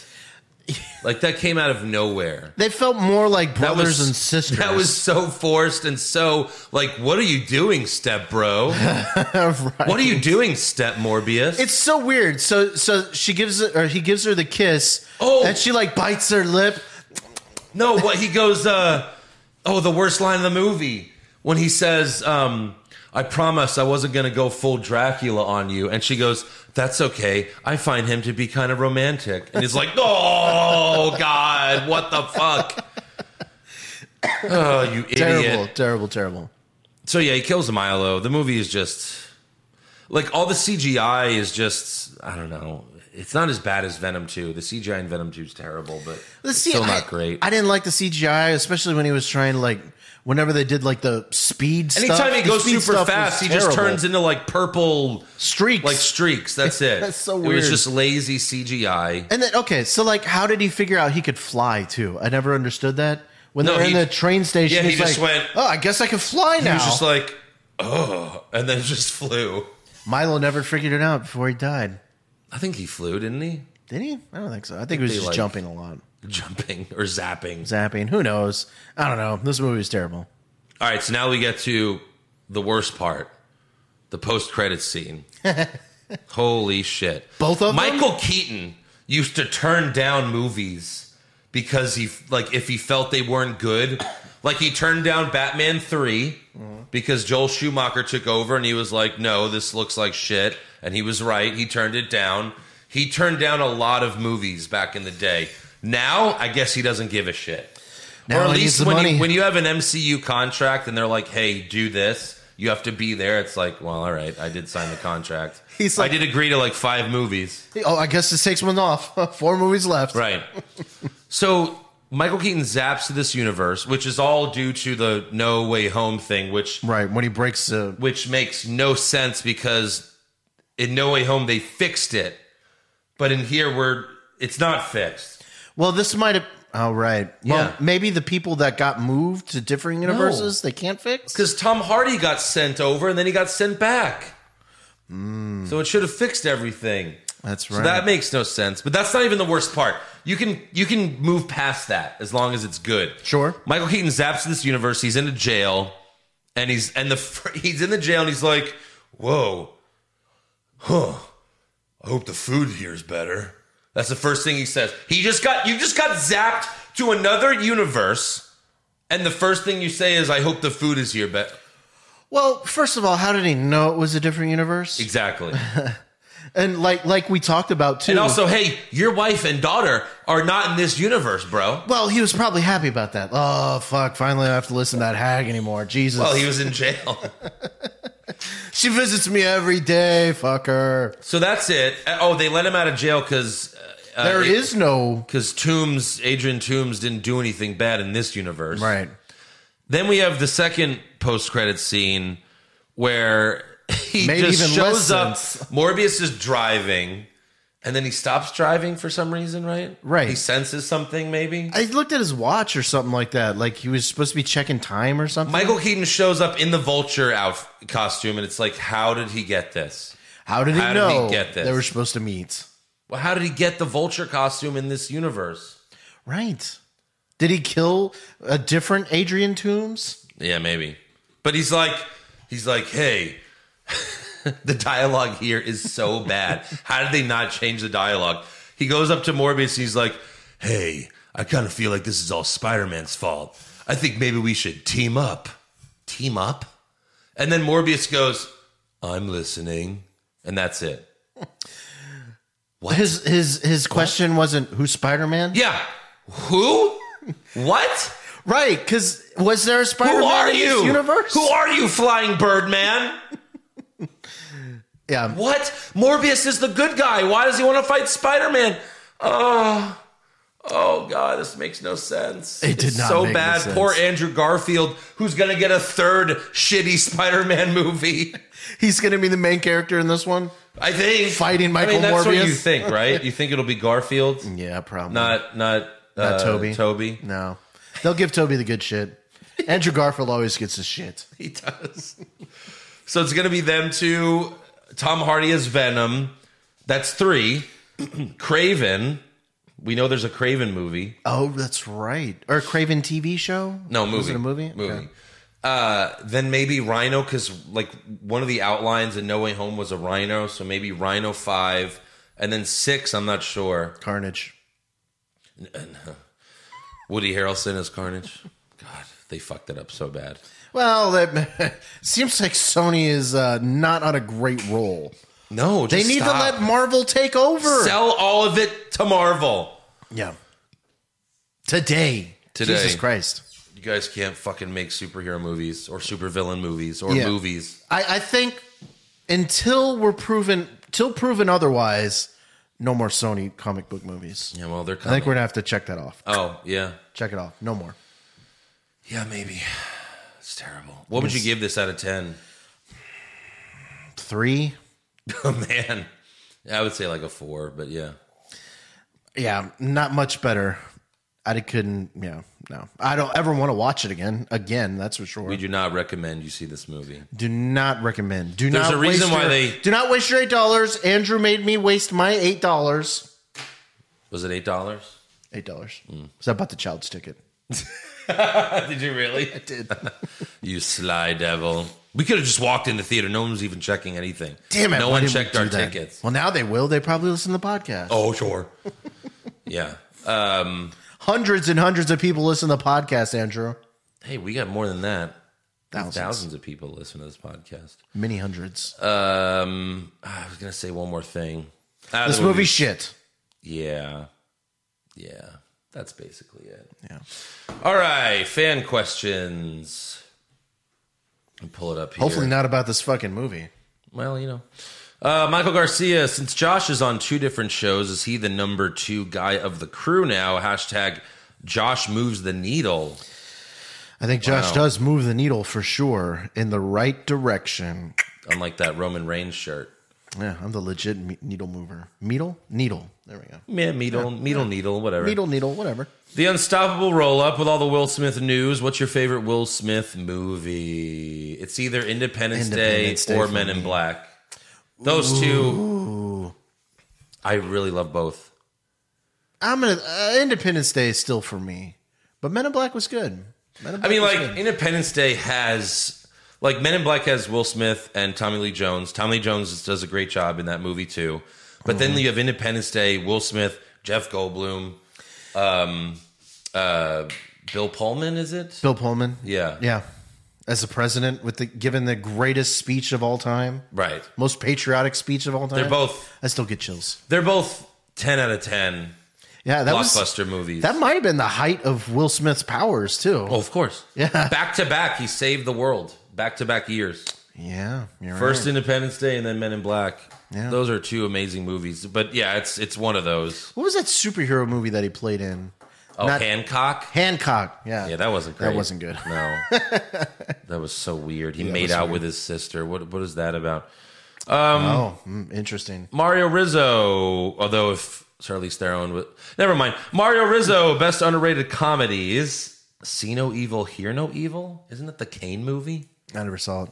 C: Like that came out of nowhere.
D: They felt more like
C: That
D: brothers
C: was
D: and sisters.
C: That was so forced and so like, what are you doing, step
D: (laughs)
C: bro?
D: (laughs) Right.
C: What are you doing, step Morbius?
D: It's so weird. So so she gives or he gives her the kiss.
C: Oh.
D: and she like bites her lip.
C: No, what he goes, uh, oh, the worst line of the movie when he says, um, I promise I wasn't going to go full Dracula on you. And she goes, That's okay. I find him to be kind of romantic. And he's like, Oh, God, what the fuck? Oh, you idiot.
D: Terrible, terrible, terrible.
C: So yeah, he kills Milo. The movie is just like all the CGI is just I don't know. It's not as bad as Venom 2. The CGI in Venom 2 is terrible, but
D: Let's
C: it's
D: see,
C: still
D: I-
C: not great.
D: I didn't like the CGI, especially when he was trying to like whenever they did like the speed.
C: Anytime
D: stuff,
C: he
D: the
C: goes
D: speed
C: super
D: stuff was
C: fast, he just
D: terrible.
C: turns into like purple
D: streaks.
C: like streaks. That's it.
D: (laughs) That's so
C: It
D: weird.
C: was just lazy CGI.
D: and then okay, so like, how did he figure out he could fly too? I never understood that. When
C: No,
D: they were in
C: he-
D: the train station,
C: yeah, he
D: he's
C: just
D: like,
C: went-
D: "Oh, I guess I can fly now."
C: He was just like, oh, and then (laughs) just flew.
D: Milo never figured it out before he died.
C: I think he flew, didn't he?
D: Did he? I don't think so. I think he was
C: they,
D: just
C: like-
D: jumping a lot,
C: Jumping or zapping.
D: zapping. Who knows? I don't know. This movie was terrible.
C: All right, so now we get to the worst part, the post-credits
D: (laughs)
C: scene. Holy shit.
D: Both of them?
C: Michael Keaton used to turn down movies because he like if he felt they weren't good. Like he turned down Batman 3
D: Mm-hmm.
C: because Joel Schumacher took over and he was like, "No, this looks like shit." And he was right. He turned it down. He turned down a lot of movies back in the day. Now, I guess he doesn't give a shit
D: Now
C: or at
D: I need
C: least
D: some
C: when
D: money.
C: you, when you have an MCU contract and they're like, "Hey, do this," you have to be there. It's like, well, all right, I did sign the contract.
D: (laughs) He's like-
C: I did agree to like five movies,
D: Oh, I guess this takes one off. (laughs) Four movies left.
C: right? so Michael Keaton zaps to this universe, which is all due to the No Way Home thing, which
D: Right. When he breaks the
C: which makes no sense because in No Way Home they fixed it, but in here we're it's not fixed.
D: Well, this might have. Oh, right.
C: Yeah.
D: Well, maybe the people that got moved to different universes they can't fix.
C: because Tom Hardy got sent over and then he got sent back.
D: Hmm.
C: So it should have fixed everything.
D: That's
C: So that makes no sense. But that's not even the worst part. You can you can move past that as long as it's good.
D: Sure.
C: Michael Keaton zaps this universe. He's in a jail, and he's and the fir- (laughs) he's in the jail and he's like,
E: Whoa. Huh. I hope the food here is better.
C: that's the first thing he says. He just got you just got zapped to another universe, and the first thing you say is, "I hope the food is here." But
D: well, first of all, how did he know it was a different universe?
C: exactly.
D: And like, like we talked about (laughs) too.
C: and also, hey, your wife and daughter are not in this universe, bro.
D: well, he was probably happy about that. Oh fuck! Finally, I don't have to listen to that hag anymore. Jesus.
C: Well, he was in jail.
D: she visits me every day. Fuck her.
C: (laughs) so that's it. Uh, Oh, they let him out of jail because
D: There is no
C: because Toombs, Adrian Toombs, didn't do anything bad in this universe.
D: right.
C: Then we have the second post credit scene where (laughs) he
D: Made
C: just
D: even less
C: shows up.
D: sense. (laughs)
C: Morbius is driving, and then he stops driving for some reason. Right?
D: Right.
C: He senses something. Maybe.
D: I looked at his watch or something like that. Like he was supposed to be checking time or something.
C: Michael Keaton shows up in the vulture out costume, and it's like, how did he get this?
D: how did he
C: how did he
D: know
C: get this?
D: they were supposed to meet?
C: Well, how did he get the vulture costume in this universe?
D: Right. Did he kill a different Adrian Toombs?
C: Yeah, maybe. But he's like, he's like, hey, (laughs) the dialogue here is so bad. How did they not change the dialogue? He goes up to Morbius. He's like,
E: Hey, I kind of feel like this is all Spider Man's fault. I think maybe we should team up.
C: team up. And then Morbius goes, I'm listening. And that's it.
D: His his his question wasn't who's Spider Man.
C: Yeah. Who? What?
D: Right. Because was there a Spider Man
C: Who are
D: in this
C: you?
D: universe?
C: Who are you, flying birdman?
D: yeah.
C: What? Morbius is the good guy. Why does he want to fight Spider Man? Oh, oh God, this makes no sense.
D: It did
C: It's
D: not
C: so
D: make any
C: bad.
D: sense.
C: Poor Andrew Garfield, who's gonna get a third shitty Spider Man movie.
D: He's going to be the main character in this one.
C: I think
D: Fighting Michael
C: I mean, that's
D: Morbius.
C: What you think, right? You think it'll be
D: (laughs)
C: Garfield,
D: Yeah, probably
C: not not uh,
D: Not Toby.
C: Toby. (laughs)
D: No, they'll give Toby the good (laughs) shit. Andrew Garfield always gets the shit.
C: He does. so it's gonna be them two. Tom Hardy as Venom. That's three. (clears throat) Craven. We know there's a Craven movie.
D: Oh, that's right. Or a Craven TV show?
C: No, movie.
D: Was it a movie?
C: Movie.
D: Okay.
C: Uh, then maybe Rhino, because like one of the outlines in No Way Home was a Rhino, so maybe Rhino five, and then six. I'm not sure. (laughs)
D: Carnage.
C: Woody Harrelson as Carnage. God, they fucked it up so bad.
D: Well, that (laughs) seems like Sony is uh, not on a great roll.
C: No,
D: They
C: just
D: need
C: stop.
D: to let Marvel take over.
C: sell all of it to Marvel.
D: yeah. Today.
C: Today.
D: Jesus Christ.
C: You guys can't fucking make superhero movies or supervillain movies or
D: Yeah.
C: movies.
D: I, I think until we're proven, till proven otherwise, no more Sony comic book movies.
C: Yeah, well, they're
D: I
C: coming.
D: think we're gonna have to check that off.
C: oh, yeah.
D: Check it off. No more.
C: Yeah, maybe. It's terrible. What would you give this out of 10?
D: Three.
C: (laughs) Oh, man. I would say like a four, but yeah.
D: Yeah, not much better. I couldn't. Yeah, no. I don't ever want to watch it again. Again, that's for sure.
C: We do not recommend you see this movie.
D: Do not recommend. Do
C: There's
D: not.
C: a reason
D: waste
C: why
D: your-
C: they-
D: do not waste your eight dollars. Andrew made me waste my eight dollars.
C: Was it $8?
D: Eight dollars.
C: Mm.
D: So I bought the child's ticket.
C: (laughs) Did you really?
D: Did
C: You sly devil. We could have just walked in the theater. No one was even checking anything.
D: damn it!
C: No
D: why
C: one
D: didn't we
C: checked
D: do
C: our
D: that?
C: tickets.
D: Well, now they will. They probably listen to the podcast.
E: Oh, sure.
C: (laughs) Yeah.
D: Hundreds and hundreds of people listen to the podcast. Andrew,
C: Hey, we got more than that.
D: thousands,
C: Thousands of people listen to this podcast.
D: many hundreds.
C: Um, I was gonna say one more thing. Ah,
D: this
C: the movie-
D: movie's shit.
C: yeah, yeah, that's basically it.
D: Yeah.
C: All right, fan questions. Let me pull it up here.
D: Hopefully, not about this fucking movie.
C: Well, you know, uh, Michael Garcia. Since Josh is on two different shows, is he the number two guy of the crew now? Hashtag Josh moves the needle.
D: I think Josh does move the needle for sure in the right direction.
C: Unlike that Roman Reigns shirt.
D: Yeah, I'm the legit me- needle mover. Needle, needle. There we go.
C: Yeah, needle, needle, needle, whatever.
D: Needle, needle, whatever.
C: The Unstoppable Roll Up with all the Will Smith news. What's your favorite Will Smith movie? It's either Independence,
D: Independence
C: Day,
D: Day
C: or
D: for
C: Men in
D: me.
C: Black. Those two. I really love both.
D: I'm gonna uh, Independence Day is still for me, but Men in Black was good. Men in
C: I
D: Black
C: mean,
D: was
C: like,
D: good.
C: Independence Day has. Like, Men in Black has Will Smith and Tommy Lee Jones. Tommy Lee Jones does a great job in that movie, too. But then
D: Mm-hmm.
C: you have Independence Day, Will Smith, Jeff Goldblum, um, uh, Bill Pullman, is it?
D: Bill Pullman.
C: Yeah.
D: yeah, as the president with the given the greatest speech of all time,
C: Right.
D: most patriotic speech of all time.
C: They're both.
D: I still get chills.
C: They're both 10 out of 10
D: Yeah, that was
C: blockbuster movies.
D: that might have been the height of Will Smith's powers too.
C: oh, of course.
D: Yeah.
C: Back to back, he saved the world. Back to back years.
D: Yeah, you're
C: First
D: right.
C: Independence Day and then Men in Black.
D: Yeah.
C: Those are two amazing movies. But yeah, it's it's one of those.
D: What was that superhero movie that he played in?
C: Oh,
D: Not-
C: Hancock.
D: Hancock. Yeah,
C: Yeah, that wasn't great.
D: That
C: (laughs)
D: wasn't good. (laughs)
C: No. that was so weird. He made
D: was
C: out with his sister. What what is that about? Um,
D: oh, mm, interesting.
C: Mario Rizzo, although if Charlize Theron would never mind. Mario Rizzo, best underrated comedies. See no evil, hear no evil. Isn't that the Kane movie?
D: I never saw it.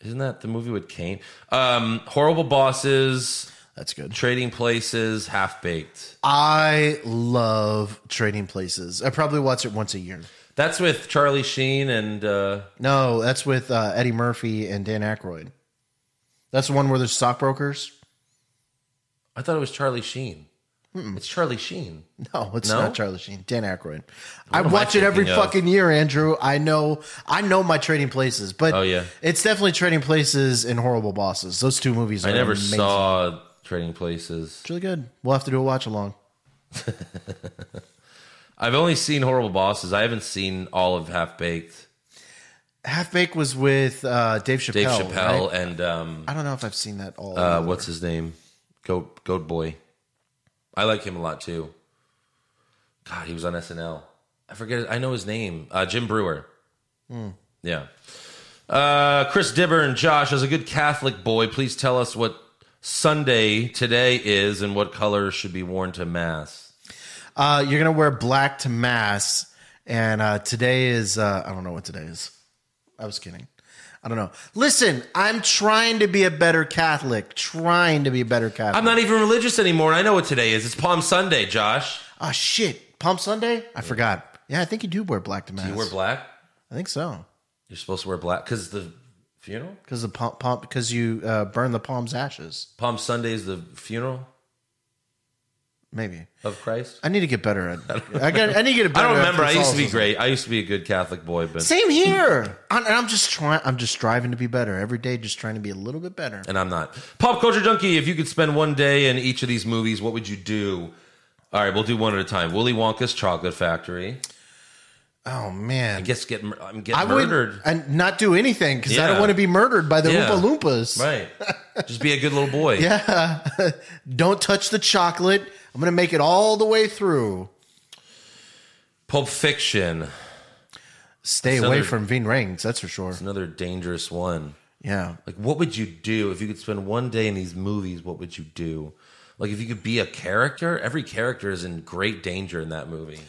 C: Isn't that the movie with Kane? Um, Horrible Bosses,
D: That's good.
C: Trading Places, Half Baked.
D: I love Trading Places. I probably watch it once a year.
C: That's with Charlie Sheen and uh,
D: No, that's with uh, Eddie Murphy and Dan Aykroyd. That's the one where there's stockbrokers. (laughs)
C: I thought it was Charlie Sheen.
D: Hmm.
C: It's Charlie Sheen.
D: No, it's
C: No?
D: not Charlie Sheen. Dan Aykroyd. I
C: am I
D: watch it every
C: thinking of?
D: fucking year, Andrew. I know. I know my Trading Places, but
C: Oh, yeah.
D: it's definitely Trading Places and Horrible Bosses. Those two movies. Are
C: I never
D: amazing.
C: saw Trading Places.
D: It's really good. We'll have to do a watch along.
C: I've only seen Horrible Bosses. I haven't seen all of Half Baked.
D: Half Baked was with uh, Dave Chappelle.
C: Dave Chappelle
D: right?
C: and um,
D: I don't know if I've seen that all.
C: uh, what's his name? Goat Goat Boy. I like him a lot too. God, he was on SNL. I forget. I know his name. Uh, Jim Brewer.
D: Hmm.
C: Yeah. Uh, Chris Dibber and Josh, as a good Catholic boy, please tell us what Sunday today is and what color should be worn to mass.
D: Uh, you're gonna wear black to mass, and uh, today is uh, I don't know what today is. I was kidding. I don't know. Listen, I'm trying to be a better Catholic. Trying to be a better Catholic.
C: I'm not even religious anymore, and I know what today is. It's Palm Sunday, Josh.
D: Ah, shit. Palm Sunday? I forgot. Yeah, I think you do wear black to mass.
C: You wear black.
D: I think so.
C: You're supposed to wear black because the funeral.
D: Because the palm, palm because you uh, burn the palm's ashes.
C: Palm Sunday is the funeral
D: Maybe.
C: of Christ.
D: I need to get better at. I, got, I need to
C: (laughs)
D: get.
C: I
D: Better
C: don't
D: at
C: remember. I used to be
D: Catholicism.
C: great. I used to be a good Catholic boy, but
D: Same here. (clears throat) I'm, and I'm just trying. I'm just striving to be better every day. Just trying to be a little bit better.
C: and I'm not. Pop culture junkie. If you could spend one day in each of these movies, what would you do? All right, we'll do one at a time. Willy Wonka's Chocolate Factory.
D: Oh man,
C: I guess get mur- I'm getting
D: I would
C: murdered.
D: and not do anything because I
C: Yeah.
D: don't want to be murdered by the
C: Yeah.
D: Oompa
C: (laughs)
D: Loompas.
C: Right. Just be a good little boy. Yeah.
D: (laughs) Don't touch the chocolate. I'm gonna make it all the way through.
C: Pulp Fiction.
D: Stay
C: So
D: away
C: there-
D: from Veen Rings. That's for sure.
C: Another dangerous one.
D: Yeah.
C: Like, what would you do if you could spend one day in these movies? What would you do? Like, if you could be a character, every character is in great danger in that movie.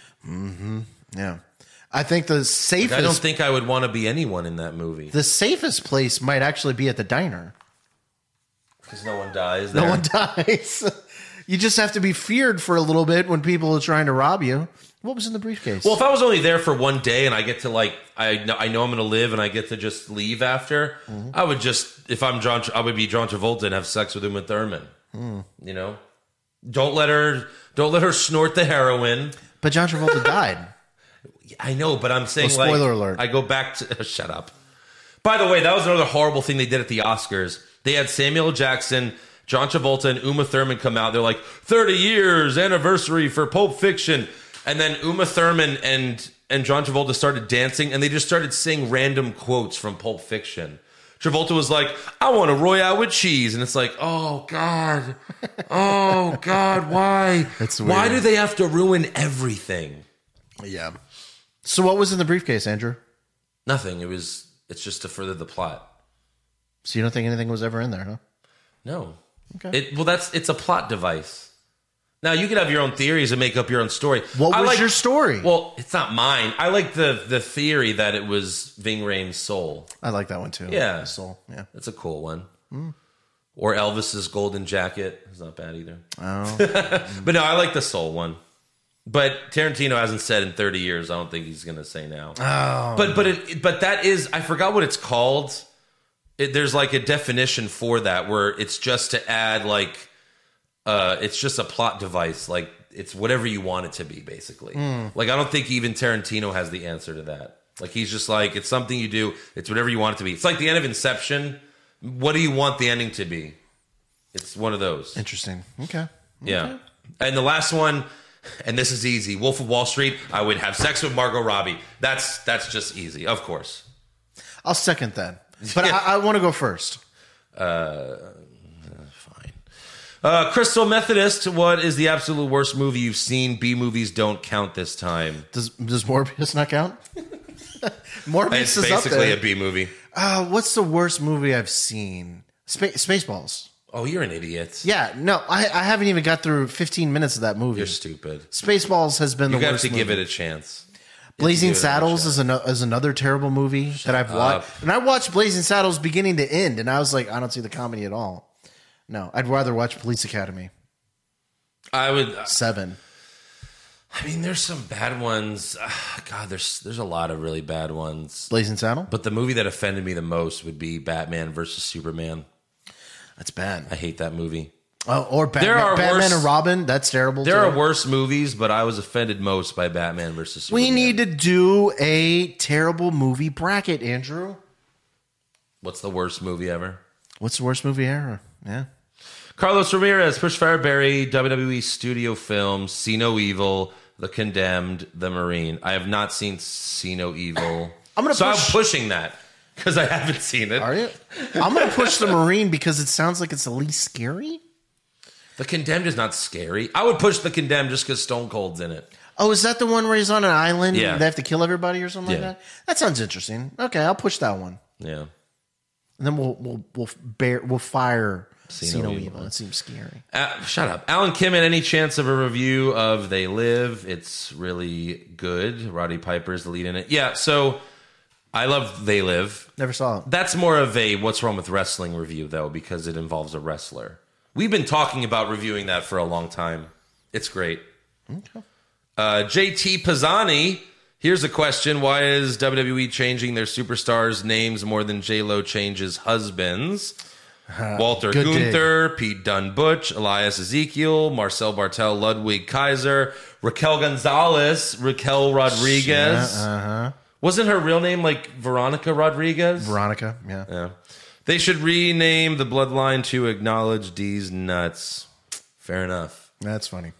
D: Yeah. I think the safest
C: I don't think I would want to be anyone in that movie
D: the safest place might actually be at the diner.
C: because no one dies.
D: No
C: there.
D: one (laughs) dies. you just have to be feared for a little bit when people are trying to rob you. What was in the briefcase?
C: Well, if I was only there for one day and I get to like, I know, I know I'm going to live and I get to just leave after,
D: Mm-hmm.
C: I would just, if I'm John, Tra- I would be John Travolta and have sex with Uma Thurman.
D: Mm.
C: You know, don't let her, don't let her snort the heroin.
D: but John Travolta
C: (laughs)
D: died.
C: I know, but I'm saying
D: Well, spoiler
C: like,
D: alert.
C: I go back to (laughs) shut up. By the way, that was another horrible thing they did at the Oscars. They had Samuel L. Jackson, John Travolta, and Uma Thurman come out. They're like 30 years anniversary for Pulp Fiction, and then Uma Thurman and and John Travolta started dancing, and they just started singing random quotes from Pulp Fiction. Travolta was like, "I want a royale with cheese," and it's like, "Oh God, oh God, why?
D: (laughs) That's
C: Why
D: weird.
C: do they have to ruin everything?"
D: Yeah. So what was in the briefcase, Andrew?
C: Nothing. It was. It's just to further the plot.
D: So you don't think anything was ever in there, huh?
C: No.
D: Okay.
C: It well, that's it's a plot device. Now you can have your own theories and make up your own story.
D: What
C: I
D: was
C: like-
D: your story?
C: Well, it's not mine. I like the the theory that it was Ving Rhames' soul.
D: I like that one too.
C: Yeah.
D: Soul. Yeah.
C: That's a cool one.
D: Hmm.
C: Or Elvis's golden jacket. It's not bad either.
D: Oh,
C: (laughs) but no, I like the soul one. But Tarantino hasn't said in 30 years. I don't think he's going to say now. But but it, but that is I forgot what it's called. It, there's like a definition for that where it's just to add like uh it's just a plot device like it's whatever you want it to be basically. Like I don't think even Tarantino has the answer to that. Like he's just like it's something you do, it's whatever you want it to be. It's like the end of Inception. What do you want the ending to be? It's one of those.
D: Interesting. Okay.
C: Yeah. And the last one, and this is easy. Wolf of Wall Street. I would have sex with Margot Robbie. That's that's just easy, of course.
D: I'll second that. But I, I want to go first.
C: Fine. Uh, Crystal Methodist. What is the absolute worst movie you've seen? B movies don't count this time.
D: Does does Morbius not count? (laughs) Morbius
C: It's
D: is
C: basically
D: up
C: a B
D: there.
C: movie.
D: uh, what's the worst movie I've seen? Spa- Spaceballs.
C: Oh, you're an idiot.
D: Yeah, no, I, I haven't even got through 15 minutes of that movie.
C: You're stupid.
D: Spaceballs has been
C: You
D: the
C: have
D: worst.
C: to give
D: movie.
C: it a chance.
D: Blazing
C: give it another
D: Saddles
C: shot.
D: is, an, is another terrible movie that I've watched, and I watched Blazing Saddles beginning to end, and I was like, I don't see the comedy at all. No, I'd rather watch Police Academy
C: I would.
D: Seven.
C: I mean, there's some bad ones. Ah, God, there's there's a lot of really bad ones.
D: Blazing Saddle.
C: But the movie that offended me the most would be Batman versus Superman.
D: That's bad.
C: I hate that movie.
D: Oh, or Batman,
C: There are
D: Batman
C: worse-
D: and Robin. That's terrible.
C: There
D: too.
C: are worse movies, but I was offended most by Batman versus Superman.
D: We need to do a terrible movie bracket, Andrew.
C: What's the worst movie ever?
D: What's the worst movie ever? Yeah.
C: Carlos Ramirez, Push Fireberry, WWE E Studio Films, See No Evil, The Condemned, The Marine. I have not seen See No Evil.
D: (sighs) I'm gonna
C: so
D: push-
C: I'm pushing that because I haven't seen it.
D: Are you? I'm going to push the Marine because it sounds like it's the least scary.
C: The Condemned is not scary. I would push The Condemned just because Stone Cold's in it.
D: Oh, is that the one where he's on an island
C: Yeah.
D: and they have to kill everybody or something
C: Yeah.
D: like that? That sounds interesting. Okay, I'll push that one.
C: Yeah.
D: And then we'll we'll we'll bear we'll fire
C: See
D: See
C: no
D: no
C: evil.
D: evil. It seems scary.
C: Uh, shut up. Alan Kimmon, any chance of a review of They Live? It's really good. Roddy Piper is the lead in it. Yeah, so I love They Live.
D: Never saw it.
C: That's more of a what's wrong with wrestling review though, because it involves a wrestler. We've been talking about reviewing that for a long time. It's great. Uh, JT Pisani. Here's a question: Why is WWE changing their superstars' names more than J Lo changes husbands? Walter
D: Uh, good
C: Gunther, Pete Dunne Butch, Elias Ezekiel, Marcel Bartel, Ludwig Kaiser, Raquel Gonzalez, Raquel Rodriguez.
D: uh-uh. uh-huh.
C: Wasn't her real name like Veronica Rodriguez?
D: Veronica. Yeah.
C: Yeah. They should rename the bloodline to acknowledge D's nuts. Fair enough.
D: That's funny.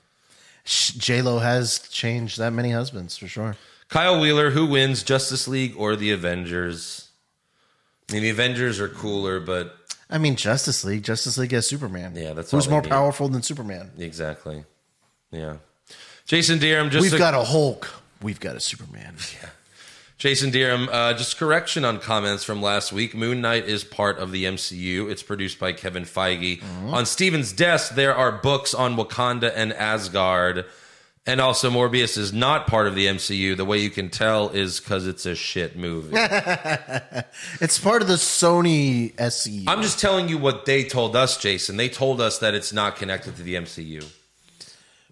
D: J Lo has changed that many husbands for sure.
C: Kyle Wheeler, who wins Justice League or the Avengers? I mean, the Avengers are cooler, but
D: I mean, Justice League. Justice League has Superman.
C: Yeah, that's all
D: who's
C: they
D: more
C: need.
D: powerful than Superman.
C: exactly. Yeah. Jason Deerham, just
D: We've
C: a-
D: got a Hulk. We've got
C: (laughs)
D: a Superman.
C: Jason Deerham, uh, just correction on comments from last week. Moon Knight is part of the MCU. It's produced by Kevin Feige.
D: Mm-hmm.
C: On Steven's desk, there are books on Wakanda and Asgard. And also, Morbius is not part of the MCU. The way you can tell is because it's a shit
D: (laughs)
C: movie.
D: It's part of the Sony E SE.
C: I'm just telling you what they told us, Jason. They told us that it's not connected to the MCU.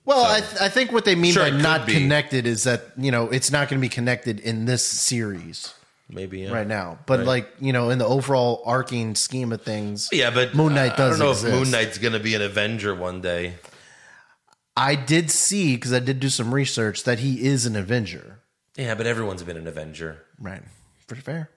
D: well, I, th- I think what they mean
C: Sure,
D: by
C: it could
D: not
C: be.
D: connected is that you know it's not going to be connected in this series
C: Maybe. Yeah.
D: right now, but like you know in the overall arcing scheme of things,
C: Yeah, but uh,
D: Moon Knight
C: I don't
D: doesn't
C: know if
D: exist.
C: Moon Knight's going to be an Avenger one day.
D: I did see because I did do some research that he is an Avenger.
C: Yeah, but everyone's been an Avenger.
D: Right. Pretty fair.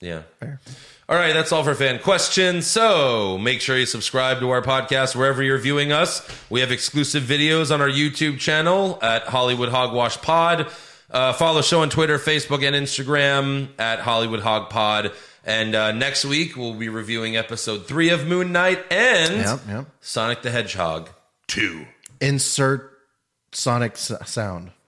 C: Yeah.
D: Fair.
C: All right, that's all for fan questions. So make sure you subscribe to our podcast wherever you're viewing us. We have exclusive videos on our YouTube channel at Hollywood Hogwash Pod. Uh, follow the show on Twitter, Facebook, and Instagram at Hollywood Hog Pod. And uh, next week we'll be reviewing episode three of Moon Knight and
D: Yep. Yep.
C: Sonic the Hedgehog.
E: Two.
D: Insert sonic s- sound.